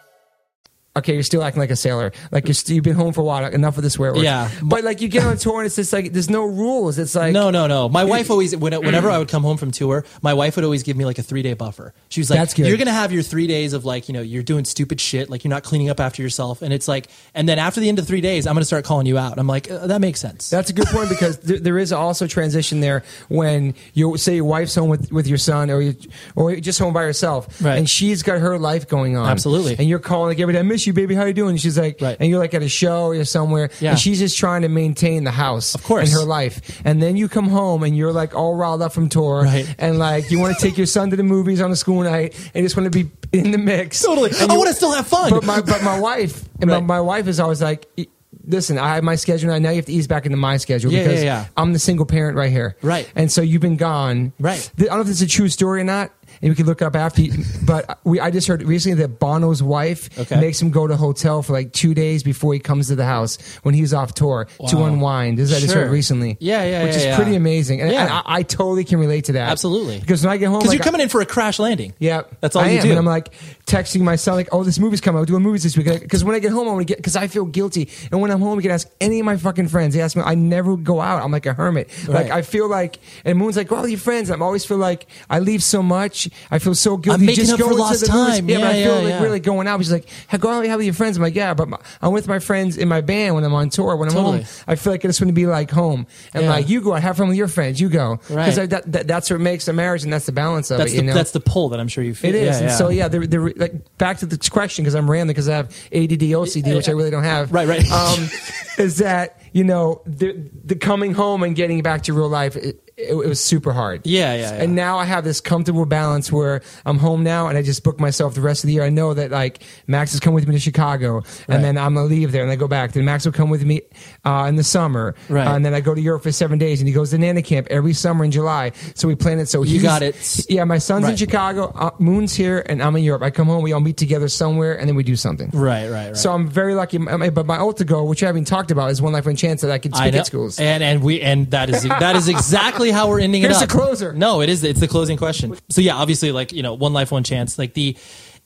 Speaker 3: okay, you're still acting like a sailor. Like you're st- you've been home for a while. Like, enough of this swear words.
Speaker 2: Yeah.
Speaker 3: But like you get on tour and it's just like there's no rules. It's like
Speaker 2: no, no, no. My wife always, when- whenever I would come home from tour, my wife would always give me like a three day buffer. She was like,
Speaker 3: That's good.
Speaker 2: "You're gonna have your three days of like, you know, you're doing stupid shit, like you're not cleaning up after yourself." And it's like, and then after the end of three days, I'm gonna start calling you out. I'm like, uh, that makes sense.
Speaker 3: That's a good point because th- there is also transition there when you say your wife's home with, with your son or you, or you're just home by herself,
Speaker 2: Right.
Speaker 3: and she's got her life going on,
Speaker 2: Absolutely.
Speaker 3: And you're calling like every day, "I miss you, baby. How you doing?" And she's like,
Speaker 2: Right.
Speaker 3: and you're like at a show or you're somewhere,
Speaker 2: Yeah.
Speaker 3: and she's just trying to maintain the house, of
Speaker 2: course.
Speaker 3: and her life. And then you come home and you're like all riled up from tour,
Speaker 2: Right.
Speaker 3: And like you want to take your son to the movies on a school night and just want to be in the mix,
Speaker 2: Totally.
Speaker 3: And
Speaker 2: I wanna still have fun.
Speaker 3: But my but my wife and
Speaker 2: Right.
Speaker 3: my, my wife is always like. "E, Listen, I have my schedule now. Now you have to ease back into my schedule
Speaker 2: Yeah,
Speaker 3: because
Speaker 2: yeah, yeah.
Speaker 3: I'm the single parent right here.
Speaker 2: Right.
Speaker 3: And so you've been gone.
Speaker 2: Right.
Speaker 3: I don't know if this is a true story or not. And we can look it up after, you, but we I just heard recently that Bono's wife
Speaker 2: Okay.
Speaker 3: makes him go to a hotel for like two days before he comes to the house when he's off tour to
Speaker 2: Wow.
Speaker 3: unwind. This is I just
Speaker 2: Sure.
Speaker 3: heard recently.
Speaker 2: Yeah, yeah,
Speaker 3: which
Speaker 2: yeah,
Speaker 3: is
Speaker 2: yeah.
Speaker 3: pretty amazing. And,
Speaker 2: Yeah.
Speaker 3: and I, I totally can relate to that.
Speaker 2: Absolutely.
Speaker 3: Because when I get home,
Speaker 2: because
Speaker 3: like,
Speaker 2: you're coming in for a crash landing.
Speaker 3: yeah,
Speaker 2: that's all
Speaker 3: I
Speaker 2: you
Speaker 3: am.
Speaker 2: do.
Speaker 3: And I'm like texting my son, like, "Oh, this movie's coming. I'm doing movies this week." Because when I get home, I want to get because I feel guilty. And when I'm home, you can ask any of my fucking friends. They ask me, I never go out. I'm like a hermit. Like
Speaker 2: Right.
Speaker 3: I feel like, and Moon's like, "Well, your friends." I'm always feel like I leave so much. I feel so guilty.
Speaker 2: making
Speaker 3: Just
Speaker 2: up
Speaker 3: go
Speaker 2: for
Speaker 3: into
Speaker 2: lost
Speaker 3: the movies.
Speaker 2: time.
Speaker 3: Yeah, but I
Speaker 2: Yeah,
Speaker 3: feel
Speaker 2: yeah,
Speaker 3: like
Speaker 2: yeah.
Speaker 3: really going out. He's like, hey, "Go out, have with your friends." I'm like, "Yeah," but my, I'm with my friends in my band when I'm on tour. When I'm
Speaker 2: Totally.
Speaker 3: home, I feel like I just want to be like home. And
Speaker 2: Yeah.
Speaker 3: like, you go out, have fun with your friends. You go
Speaker 2: Right.
Speaker 3: because that, that, that's what makes a marriage, and that's the balance of
Speaker 2: That's
Speaker 3: it.
Speaker 2: the
Speaker 3: you know?
Speaker 2: that's the pull that I'm sure you feel.
Speaker 3: It is. and So yeah, they're, they're like back to this question because I'm rambling because I have ADD, OCD, which I really don't have.
Speaker 2: Right, right.
Speaker 3: Um, is that you know, the, the coming home and getting back to real life, it, it, it was super hard.
Speaker 2: Yeah, yeah, yeah.
Speaker 3: And now I have this comfortable balance where I'm home now and I just book myself the rest of the year. I know that like Max is coming with me to Chicago and then I'm gonna leave there and I go back. Then Max will come with me uh, in the summer,
Speaker 2: Right.
Speaker 3: and then I go to Europe for seven days and he goes to Nana Camp every summer in July. So we plan it. So he's-
Speaker 2: got it.
Speaker 3: Yeah, my son's in
Speaker 2: Right.
Speaker 3: Chicago, uh, Moon's here, and I'm in Europe. I come home, we all meet together somewhere, and then we do something.
Speaker 2: Right, right, right.
Speaker 3: So I'm very lucky. My- But my ultra goal, which I haven't talked about, is one life one chance that I can speak at schools.
Speaker 2: And and we and that is that is exactly how we're ending
Speaker 3: Here's
Speaker 2: it
Speaker 3: the
Speaker 2: up.
Speaker 3: closer.
Speaker 2: No, it is it's the closing question. So yeah, obviously like, you know, one life one chance. Like the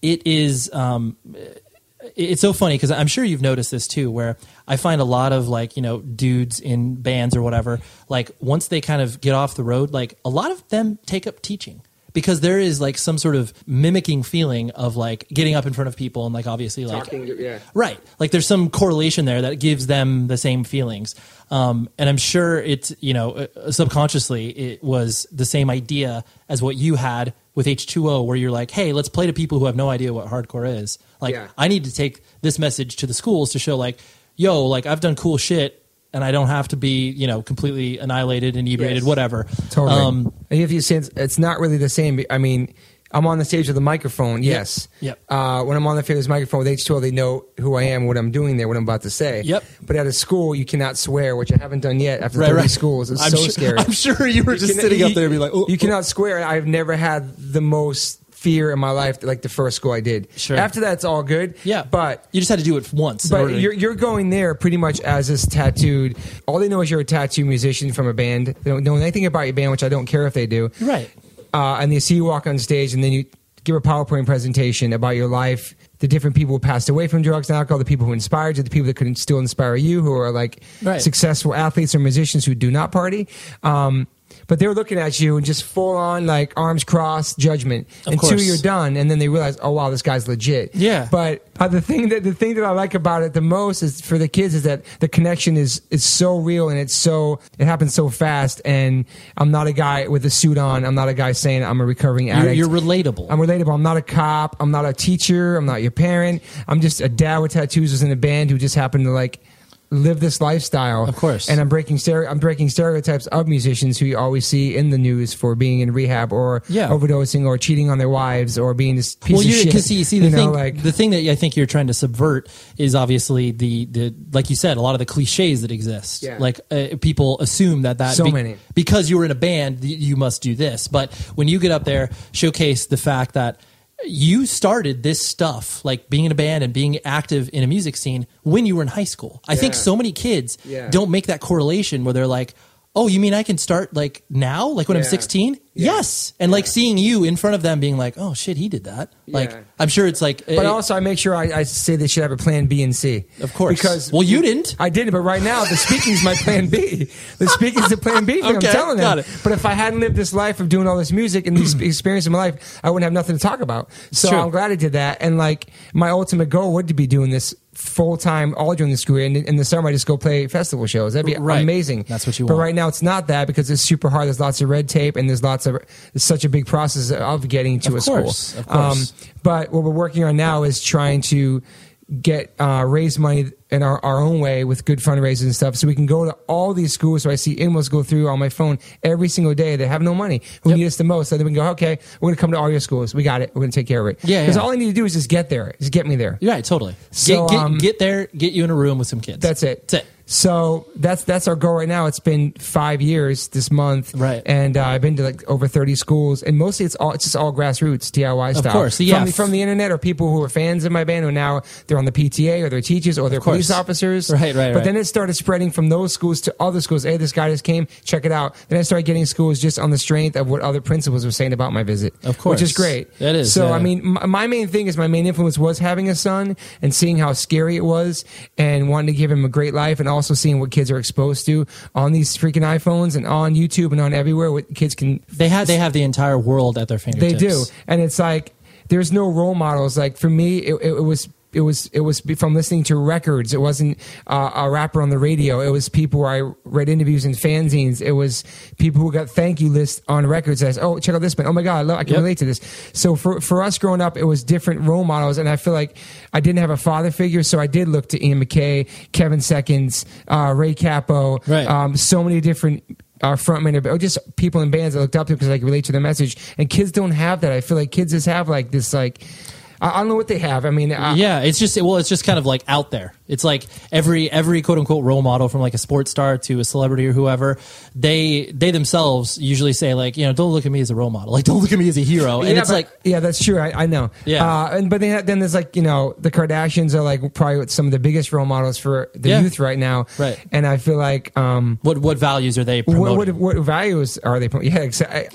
Speaker 2: it is um it- it's so funny because I'm sure you've noticed this too, where I find a lot of like, you know, dudes in bands or whatever, like once they kind of get off the road, like a lot of them take up teaching because there is like some sort of mimicking feeling of like getting up in front of people and like obviously like
Speaker 3: yeah.
Speaker 2: Right. Like there's some correlation there that gives them the same feelings. Um, and I'm sure it's, you know, uh, subconsciously it was the same idea as what you had with H2O, where you're like, hey, let's play to people who have no idea what hardcore is. Like,
Speaker 3: Yeah.
Speaker 2: I need to take this message to the schools to show, like, yo, like I've done cool shit and I don't have to be, you know, completely annihilated, inebriated,
Speaker 3: Yes.
Speaker 2: whatever.
Speaker 3: Totally.
Speaker 2: Um,
Speaker 3: And if you sense it's not really the same. I mean, I'm on the stage with a microphone. Yes.
Speaker 2: Yep.
Speaker 3: Uh, when I'm on the stage with a microphone with H2O, they know who I am, what I'm doing there, what I'm about to say.
Speaker 2: Yep.
Speaker 3: But at a school, you cannot swear, which I haven't done yet after
Speaker 2: right,
Speaker 3: 30
Speaker 2: right.
Speaker 3: schools. It's
Speaker 2: I'm
Speaker 3: so
Speaker 2: sure-
Speaker 3: scary.
Speaker 2: I'm sure you were just
Speaker 3: cannot-
Speaker 2: sitting up
Speaker 3: you-
Speaker 2: there and be like, oh,
Speaker 3: you
Speaker 2: oh.
Speaker 3: cannot swear. I've never had the most fear in my life, like the first school I did.
Speaker 2: Sure.
Speaker 3: After that, it's all good.
Speaker 2: yeah.
Speaker 3: But
Speaker 2: you just had to do it once. in
Speaker 3: but
Speaker 2: order to-
Speaker 3: you're, you're going there pretty much as this tattooed. All they know is you're a tattoo musician from a band. They don't know anything about your band, which I don't care if they do.
Speaker 2: Right.
Speaker 3: Uh, and they see you walk on stage, and then you give a PowerPoint presentation about your life, the different people who passed away from drugs and alcohol, the people who inspired you, the people that could still inspire you, who are like
Speaker 2: Right.
Speaker 3: successful athletes or musicians who do not party. Um, but they were looking at you and just full on like arms crossed judgment
Speaker 2: Of
Speaker 3: until
Speaker 2: course.
Speaker 3: you're done, and then they realize, oh wow, this guy's legit.
Speaker 2: Yeah.
Speaker 3: But uh, the thing that the thing that I like about it the most is for the kids is that the connection is is so real and it's so it happens so fast. And I'm not a guy with a suit on. I'm not a guy saying I'm a recovering
Speaker 2: you're,
Speaker 3: addict.
Speaker 2: you're relatable.
Speaker 3: I'm relatable. I'm not a cop. I'm not a teacher. I'm not your parent. I'm just a dad with tattoos who's in a band who just happened to like live this lifestyle.
Speaker 2: Of course.
Speaker 3: And I'm breaking stereo- I'm breaking stereotypes of musicians who you always see in the news for being in rehab or
Speaker 2: Yeah.
Speaker 3: overdosing or cheating on their wives or being this piece
Speaker 2: well,
Speaker 3: of
Speaker 2: you
Speaker 3: shit.
Speaker 2: because see, see the
Speaker 3: You know,
Speaker 2: thing,
Speaker 3: like-
Speaker 2: the thing that I think you're trying to subvert is obviously the the like you said, a lot of the cliches that exist.
Speaker 3: Yeah.
Speaker 2: Like uh, people assume that that
Speaker 3: So many.
Speaker 2: because you were in a band, y- you must do this. But when you get up there, showcase the fact that you started this stuff, like being in a band and being active in a music scene when you were in high school. I think
Speaker 3: Yeah.
Speaker 2: so many kids
Speaker 3: Yeah.
Speaker 2: don't make that correlation where they're like. Oh, you mean I can start like now, like when I'm
Speaker 3: Yeah.
Speaker 2: 16? Yes. And like seeing you in front of them being like, oh shit, he did that. Like,
Speaker 3: Yeah.
Speaker 2: I'm sure it's like,
Speaker 3: But
Speaker 2: it-
Speaker 3: also, I make sure I, I say they should have a plan B and C.
Speaker 2: Of course.
Speaker 3: Because
Speaker 2: Well, you didn't.
Speaker 3: I didn't. But right now, the speaking's my plan B. The speaking's the plan B. Thing,
Speaker 2: Okay,
Speaker 3: I'm telling
Speaker 2: got
Speaker 3: them.
Speaker 2: it.
Speaker 3: But if I hadn't lived this life of doing all this music and these experiences in my life, I wouldn't have nothing to talk about. So
Speaker 2: true.
Speaker 3: I'm glad I did that. And like my ultimate gool would be doing this full time all during the school year. And in the summer, I just go play festival shows. That'd be
Speaker 2: Right.
Speaker 3: amazing.
Speaker 2: That's what you
Speaker 3: But
Speaker 2: want.
Speaker 3: right now, it's not that because it's super hard. There's lots of red tape, and there's lots of it's such a big process of getting to
Speaker 2: Of
Speaker 3: a
Speaker 2: course,
Speaker 3: school. Um,
Speaker 2: of course.
Speaker 3: But what we're working on now is trying to get uh, raise money in our, our own way with good fundraisers and stuff so we can go to all these schools so i see inwas go through on my phone every single day that have no money who need us the most so then we can go okay we're going to come to all your schools we got it we're going to take care of it
Speaker 2: Yeah,
Speaker 3: because
Speaker 2: yeah.
Speaker 3: all i need to do is just get there just get me there
Speaker 2: you're right, totally.
Speaker 3: So,
Speaker 2: get, get,
Speaker 3: um,
Speaker 2: get there, get you in a room with some kids.
Speaker 3: that's it.
Speaker 2: That's it.
Speaker 3: So that's that's our goal right now. It's been five years this month,
Speaker 2: Right.
Speaker 3: And uh, I've been to like over thirty schools, and mostly it's all it's just all grassroots DIY style.
Speaker 2: course, yeah.
Speaker 3: From, the- from the internet or people who are fans of my band, who now they're on the PTA or they're teachers or they're
Speaker 2: course.
Speaker 3: police officers,
Speaker 2: Right, right,
Speaker 3: But
Speaker 2: right.
Speaker 3: then it started spreading from those schools to other schools. Hey, this guy just came, check it out. Then I started getting schools just on the strength of what other principals were saying about my visit,
Speaker 2: Of
Speaker 3: which is
Speaker 2: course.
Speaker 3: great.
Speaker 2: That is,
Speaker 3: So
Speaker 2: yeah.
Speaker 3: I mean, my, my main thing is my main influence was having a son and seeing how scary it was and wanting to give him a great life and also seeing what kids are exposed to on these freaking iPhones and on YouTube and on everywhere what kids can
Speaker 2: They have, they have the entire world at their
Speaker 3: they
Speaker 2: fingertips.
Speaker 3: do and it's like there's no role models like for me it, it was it was it was from listening to records. It wasn't uh, a rapper on the radio. It was people where I read interviews in fanzines. It was people who got thank you lists on records. As oh, check out this band. Oh my god, I, love, I can
Speaker 2: Yep.
Speaker 3: relate to this. So for for us growing up, it was different role models, and I feel like I didn't have a father figure, so I did look to Ian McKay, Kevin Seconds, uh, Ray Capo,
Speaker 2: Right.
Speaker 3: um, so many different uh, frontmen, or just people in bands I looked up to because I could relate to their message. And kids don't have that. I feel like kids just have like this, like I, I don't know what they have. I mean, uh, I,
Speaker 2: yeah, it's just well, it's just kind of like out there. It's like every every quote unquote role model from like a sports star to a celebrity or whoever, they they themselves usually say like, you know, don't look at me as a role model. Like don't look at me as a hero. And
Speaker 3: yeah,
Speaker 2: it's
Speaker 3: but-
Speaker 2: like
Speaker 3: yeah, that's true. I, I know.
Speaker 2: Yeah.
Speaker 3: Uh, and but then then there's like you know the Kardashians are like probably some of the biggest role models for the
Speaker 2: Yeah.
Speaker 3: youth right now.
Speaker 2: Right.
Speaker 3: And I feel like um,
Speaker 2: what what values are they promoting?
Speaker 3: what, what what values are they? promoting? Yeah, exactly.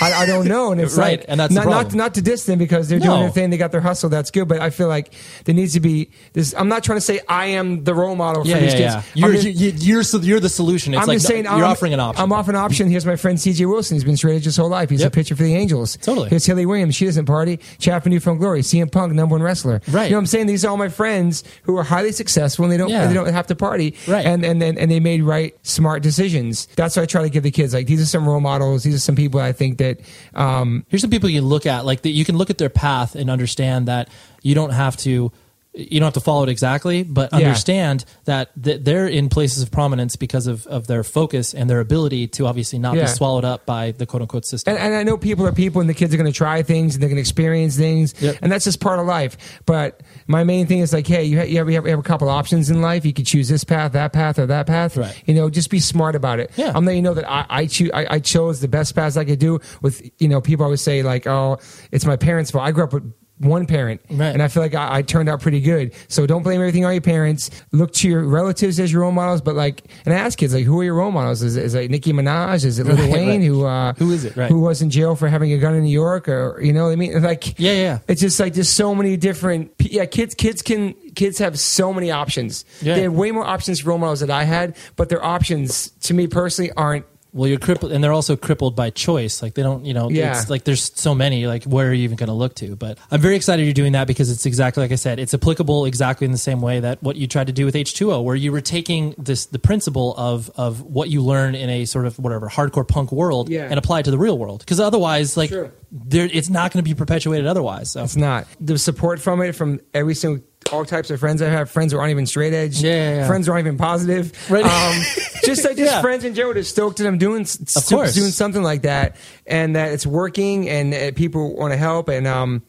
Speaker 3: I, I don't know, and it's
Speaker 2: Right,
Speaker 3: like,
Speaker 2: and that's the
Speaker 3: not, not
Speaker 2: problem.
Speaker 3: not to diss them because they're
Speaker 2: No.
Speaker 3: doing their thing. They got their hustle. That's good, but I feel like there needs to be this. I'm not trying to say I am the role model for
Speaker 2: yeah,
Speaker 3: these
Speaker 2: yeah,
Speaker 3: kids.
Speaker 2: yeah.
Speaker 3: I'm
Speaker 2: You're,
Speaker 3: just-
Speaker 2: you, you're so- you're the solution. It's
Speaker 3: I'm
Speaker 2: like
Speaker 3: just saying
Speaker 2: you're
Speaker 3: I'm,
Speaker 2: offering an option.
Speaker 3: I'm offering an option. Here's my friend C.J. Wilson. He's been straight edge his whole life. He's
Speaker 2: Yep.
Speaker 3: a pitcher for the Angels.
Speaker 2: Totally.
Speaker 3: Here's Hilly Williams. She doesn't party. Chapman New from Glory. CM Punk, number one wrestler.
Speaker 2: Right.
Speaker 3: You know what I'm saying? These are all my friends who are highly successful and they don't
Speaker 2: Yeah.
Speaker 3: they don't have to party.
Speaker 2: Right.
Speaker 3: And and then and they made right smart decisions. That's what I try to give the kids. Like these are some role models. These are some people I think that um,
Speaker 2: here's some people you look at like that you can look at their path and understand that you don't have to you don't have to follow it exactly but
Speaker 3: Yeah.
Speaker 2: understand that th- they're in places of prominence because of, of their focus and their ability to obviously not
Speaker 3: Yeah.
Speaker 2: be swallowed up by the quote-unquote system
Speaker 3: And, and I know people are people, and the kids are going to try things and they're going to experience things,
Speaker 2: Yep.
Speaker 3: and that's just part of life. But my main thing is like, hey, you have, you have, you have a couple options in life. You could choose this path, that path, or that path.
Speaker 2: Right.
Speaker 3: You know, just be smart about it.
Speaker 2: Yeah.
Speaker 3: I'm letting you know that I I, choo- I I chose the best path I could do. With you know, people always say like, oh, it's my parents' fault. I grew up with one parent,
Speaker 2: Right.
Speaker 3: and I feel like I, I turned out pretty good. So don't blame everything on your parents. Look to your relatives as your role models. But like, and I ask kids like, who are your role models? Is, it- is it Nicki Minaj? Is it Lil
Speaker 2: Right,
Speaker 3: Wayne?
Speaker 2: right.
Speaker 3: Who uh,
Speaker 2: Who is it? Right.
Speaker 3: Who was in jail for having a gun in New York, or you know what I mean? Like,
Speaker 2: Yeah, yeah.
Speaker 3: It's just like there's so many different. Yeah, kids, kids can kids have so many options.
Speaker 2: Yeah.
Speaker 3: They have way more options for role models that I had, but their options to me personally aren't.
Speaker 2: well you're crippled and they're also crippled by choice like they don't you know
Speaker 3: Yeah.
Speaker 2: it's like there's so many like where are you even going to look to but i'm very excited you're doing that because it's exactly like i said it's applicable exactly in the same way that what you tried to do with h2o where you were taking this the principle of of what you learn in a sort of whatever hardcore punk world
Speaker 3: Yeah.
Speaker 2: and apply it to the real world because otherwise like
Speaker 3: Sure.
Speaker 2: there it's not going to be perpetuated otherwise so
Speaker 3: It's not the support from it from every single. All types of friends I have, friends who aren't even straight edge,
Speaker 2: Yeah, yeah, yeah.
Speaker 3: friends who aren't even positive,
Speaker 2: Right.
Speaker 3: um, just like just
Speaker 2: Yeah.
Speaker 3: friends in general, just stoked that I'm doing, of
Speaker 2: course.
Speaker 3: doing something like that, and that it's working, and uh, people want to help, and um,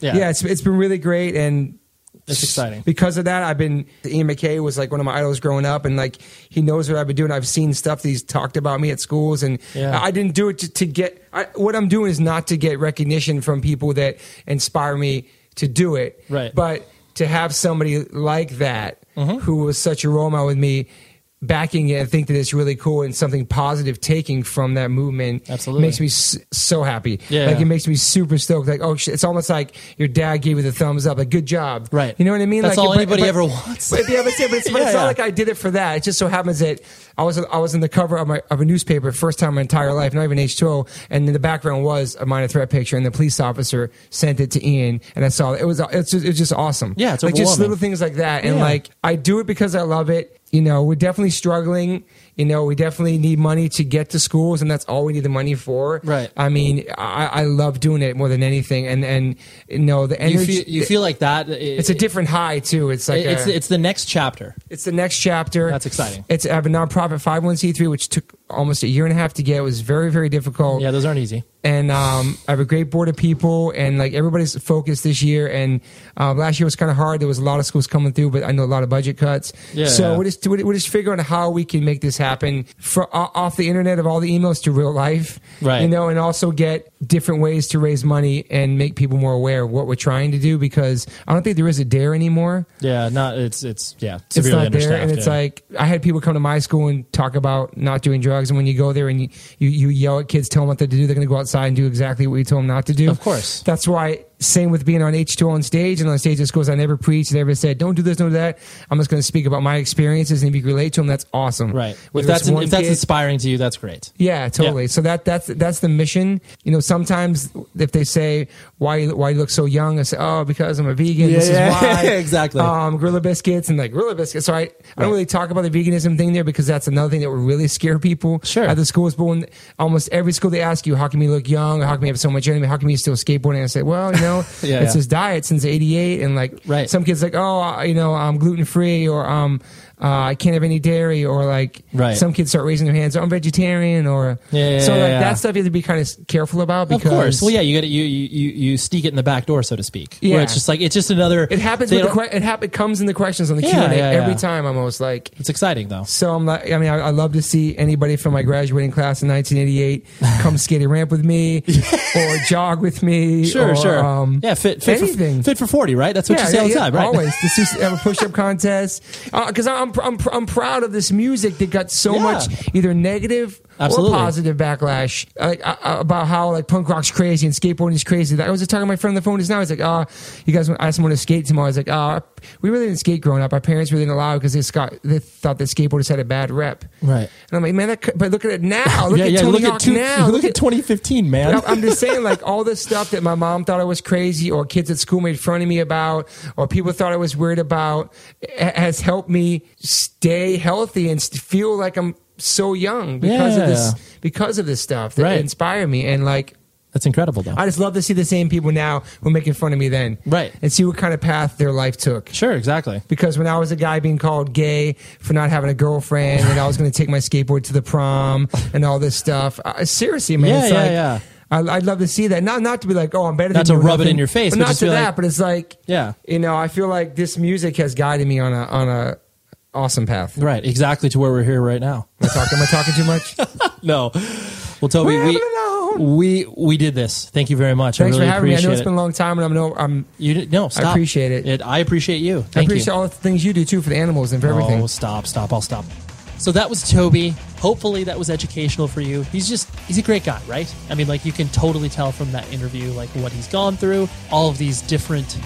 Speaker 2: yeah,
Speaker 3: yeah, it's, it's been really great and
Speaker 2: It's exciting.
Speaker 3: because of that i've been ian mckay was like one of my idols growing up and like he knows what i've been doing i've seen stuff that he's talked about me at schools and
Speaker 2: Yeah.
Speaker 3: i didn't do it to, to get I, what i'm doing is not to get recognition from people that inspire me to do it
Speaker 2: Right. Mm-hmm.
Speaker 3: but to have somebody like that who was such a role model with me backing it and think that it's really cool and something positive taking from that movement
Speaker 2: Absolutely.
Speaker 3: makes me s- so happy
Speaker 2: Yeah.
Speaker 3: like it makes me super stoked like oh shit it's almost like your dad gave you the thumbs up like good job
Speaker 2: Right.
Speaker 3: you know what i mean
Speaker 2: That's
Speaker 3: like,
Speaker 2: all anybody ever wants.
Speaker 3: but, yeah, but, it's- but it's, but
Speaker 2: Yeah,
Speaker 3: it's
Speaker 2: yeah.
Speaker 3: not like i did it for that it just so happens that i was i was in the cover of my of a newspaper first time in my entire life not even h2o and in the background was a minor threat picture and the police officer sent it to ian and i saw it it was it's just, it's just awesome
Speaker 2: Yeah, it's
Speaker 3: like just
Speaker 2: overwhelming.
Speaker 3: little things like that and
Speaker 2: Yeah.
Speaker 3: like i do it because i love it you know we're definitely struggling you know we definitely need money to get to schools and that's all we need the money for
Speaker 2: Right.
Speaker 3: i mean i, I love doing it more than anything and and you know the
Speaker 2: you
Speaker 3: energy
Speaker 2: feel, you feel like that
Speaker 3: it's a different high too it's like
Speaker 2: it's,
Speaker 3: a-
Speaker 2: it's the next chapter
Speaker 3: it's the next chapter.
Speaker 2: That's exciting.
Speaker 3: It's I have a nonprofit 501c3, which took almost a year and a half to get. It was very, very difficult.
Speaker 2: yeah those aren't easy
Speaker 3: And um, I have a great board of people, and like everybody's focused this year. And um, last year was kind of hard. There was a lot of schools coming through, but I know a lot of budget cuts.
Speaker 2: Yeah.
Speaker 3: So we're just we're just figuring how we can make this happen for, off the internet of all the emails to real life,
Speaker 2: Right.
Speaker 3: You know, know, and also get different ways to raise money and make people more aware of what we're trying to do because I don't think there is a dare anymore.
Speaker 2: yeah not it's it's yeah
Speaker 3: It's
Speaker 2: severely
Speaker 3: not there, and
Speaker 2: understaffed,
Speaker 3: it's
Speaker 2: yeah.
Speaker 3: like I had people come to my school and talk about not doing drugs. And when you go there and you, you, you yell at kids, tell them what to do, they're going to go outside and do exactly what you told them not to do.
Speaker 2: Of course.
Speaker 3: that's why Same with being on H2O on stage and on stage at schools. I never preached, never said, don't do this, don't do that. I'm just going to speak about my experiences. And if you can relate to them, that's awesome.
Speaker 2: Right. If
Speaker 3: Whether
Speaker 2: that's
Speaker 3: it's one
Speaker 2: if that's
Speaker 3: kid-
Speaker 2: inspiring to you, that's great.
Speaker 3: yeah, totally.
Speaker 2: Yeah.
Speaker 3: So that that's that's the mission. You know, sometimes if they say why you- why you look so young, I say oh because I'm a vegan. this
Speaker 2: Yeah,
Speaker 3: is
Speaker 2: yeah,
Speaker 3: why
Speaker 2: exactly.
Speaker 3: Um, gorilla biscuits and like gorilla biscuits. So I, I don't really talk about the veganism thing there because that's another thing that would really scare people.
Speaker 2: Sure.
Speaker 3: At the schools, but when almost every school they ask you how come you look young, or how come you have so much energy, how come you still skateboarding? I say well you know
Speaker 2: Yeah,
Speaker 3: it's
Speaker 2: yeah.
Speaker 3: this diet since '88 and like
Speaker 2: Right.
Speaker 3: some kids like oh I- you know I'm gluten free or um. Uh, I can't have any dairy, or like
Speaker 2: Right.
Speaker 3: some kids start raising their hands. I'm vegetarian, or
Speaker 2: Yeah, yeah,
Speaker 3: so
Speaker 2: yeah,
Speaker 3: like
Speaker 2: yeah.
Speaker 3: that stuff you have to be kind of careful about
Speaker 2: Of
Speaker 3: because
Speaker 2: course. Well, yeah, you got you you you you sneak it in the back door, so to speak. Where
Speaker 3: Yeah.
Speaker 2: it's just like it's just another.
Speaker 3: it happens.
Speaker 2: they
Speaker 3: With the
Speaker 2: don't-
Speaker 3: que- it hap- it comes in the questions on the
Speaker 2: Yeah,
Speaker 3: Q and A
Speaker 2: yeah,
Speaker 3: every
Speaker 2: yeah.
Speaker 3: time. Almost like
Speaker 2: It's exciting though.
Speaker 3: so. I'm like, I mean, I, I love to see anybody from my graduating class in 1988 come skate a ramp with me or jog with me.
Speaker 2: Sure,
Speaker 3: or,
Speaker 2: sure.
Speaker 3: Um,
Speaker 2: yeah, fit fit
Speaker 3: anything.
Speaker 2: for fit for forty, right? That's what you say all the time, right?
Speaker 3: Always. This is have a push-up contest because I'm, I'm I'm proud of this music that got so
Speaker 2: Yeah.
Speaker 3: much either negative
Speaker 2: Absolutely.
Speaker 3: or positive backlash like uh, uh, about how like punk rock's crazy and skateboarding is crazy. Like, I was just talking to my friend on the phone just now. He's like, "Ah, you guys want- I just want to skate tomorrow." I was like, "Ah, we really didn't skate growing up. Our parents really didn't allow because they got, they thought that skateboarders had a bad rep."
Speaker 2: Right.
Speaker 3: And I'm like, "Man, that, c- but look at it now. Look
Speaker 2: yeah,
Speaker 3: at
Speaker 2: yeah.
Speaker 3: Tony
Speaker 2: look at
Speaker 3: Hawk
Speaker 2: two,
Speaker 3: now.
Speaker 2: Look, at 2015, man.
Speaker 3: I'm, I'm just saying, like all this stuff that my mom thought I was crazy, or kids at school made fun of me about, or people thought I was weird about, ha- has helped me stay healthy and st- feel like I'm so young because of this
Speaker 2: Yeah.
Speaker 3: because of this stuff that
Speaker 2: Right.
Speaker 3: inspired me and like
Speaker 2: That's incredible though.
Speaker 3: I just love to see the same people now who are making fun of me then
Speaker 2: Right.
Speaker 3: and see what kind of path their life took
Speaker 2: sure, exactly.
Speaker 3: because when I was a guy being called gay for not having a girlfriend and I was going to take my skateboard to the prom and all this stuff. I, seriously, man,
Speaker 2: Yeah,
Speaker 3: it's
Speaker 2: yeah,
Speaker 3: like,
Speaker 2: yeah.
Speaker 3: I, I'd love to see that. Not not to be like, oh, I'm better.
Speaker 2: Not
Speaker 3: than
Speaker 2: to
Speaker 3: you or
Speaker 2: rub it in
Speaker 3: nothing,
Speaker 2: your face,
Speaker 3: but,
Speaker 2: but
Speaker 3: not
Speaker 2: just
Speaker 3: to
Speaker 2: be
Speaker 3: that.
Speaker 2: like-
Speaker 3: but it's like,
Speaker 2: Yeah.
Speaker 3: you know, I feel like this music has guided me on a on a awesome path. Am
Speaker 2: Right, exactly to where we're here right now.
Speaker 3: I talking? Am I talking too much?
Speaker 2: No, well, Toby,
Speaker 3: We're
Speaker 2: we
Speaker 3: alone.
Speaker 2: we we did this. Thank you very much.
Speaker 3: Thanks
Speaker 2: I really
Speaker 3: for having me. I
Speaker 2: appreciate
Speaker 3: know it's
Speaker 2: it.
Speaker 3: been a long time, and I'm no, I'm.
Speaker 2: you did- no, stop.
Speaker 3: appreciate it.
Speaker 2: I appreciate you.
Speaker 3: I
Speaker 2: Thank
Speaker 3: appreciate
Speaker 2: you.
Speaker 3: all the things you do too for the animals and for everything.
Speaker 2: Oh, stop, stop, I'll stop. So that was Toby. Hopefully that was educational for you. He's just he's a great guy, right? I mean, like you can totally tell from that interview like what he's gone through, all of these different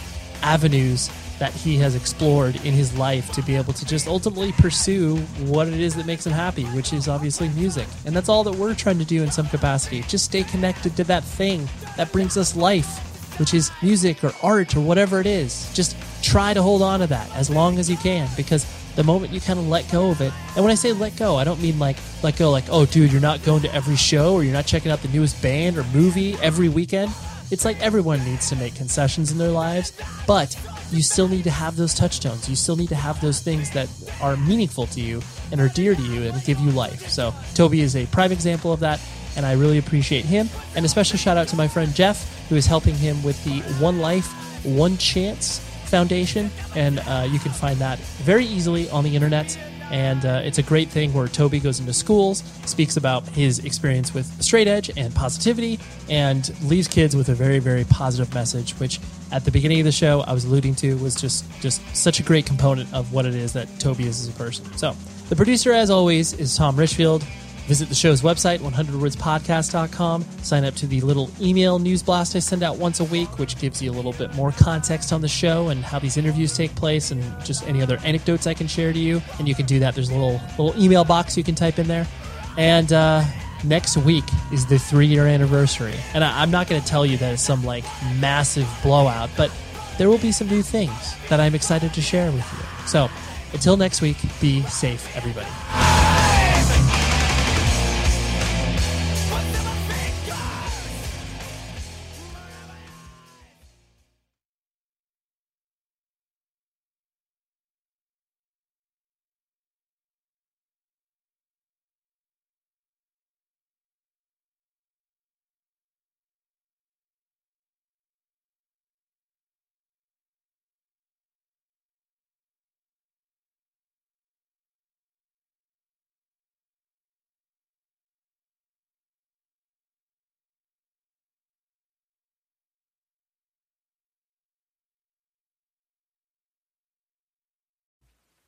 Speaker 2: avenues that he has explored in his life to be able to just ultimately pursue what it is that makes him happy, which is obviously music. And that's all that we're trying to do in some capacity. Just stay connected to that thing that brings us life which is music or art or whatever it is. Just try to hold on to that as long as you can because the moment you kind of let go of it, and when I say let go, I don't mean like let go, like, oh, dude, you're not going to every show or you're not checking out the newest band or movie every weekend. It's like everyone needs to make concessions in their lives, but you still need to have those touchstones. You still need to have those things that are meaningful to you and are dear to you and give you life. So, Toby is a prime example of that and I really appreciate him. And a special shout out to my friend Jeff, who is helping him with the One Life, One Chance Foundation. And uh, you can find that very easily on the internet. And uh, it's a great thing where Toby goes into schools, speaks about his experience with straight edge and positivity, and leaves kids with a very, very positive message, which at the beginning of the show I was alluding to was just just such a great component of what it is that Toby is as a person. So the producer, as always, is Tom Richfield. Visit the show's website, 100wordspodcast.com. Sign up to the little email news blast I send out once a week, which gives you a little bit more context on the show and how these interviews take place and just any other anecdotes I can share to you. And you can do that. There's a little, little email box you can type in there. And uh, next week is the three year anniversary. And I, I'm not going to tell you that it's some like massive blowout, but there will be some new things that I'm excited to share with you. So until next week, be safe, everybody.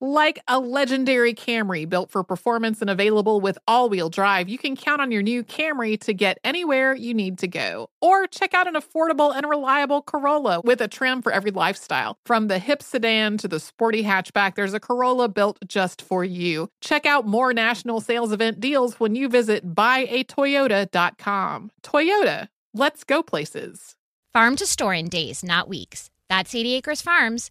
Speaker 7: Like a legendary Camry built for performance and available with all wheel drive, you can count on your new Camry to get anywhere you need to go. Or check out an affordable and reliable Corolla with a trim for every lifestyle. From the hip sedan to the sporty hatchback, there's a Corolla built just for you. Check out more national sales event deals when you visit buyatoyota.com. Toyota, let's go places.
Speaker 5: Farm to store in days, not weeks. That's 80 Acres Farms.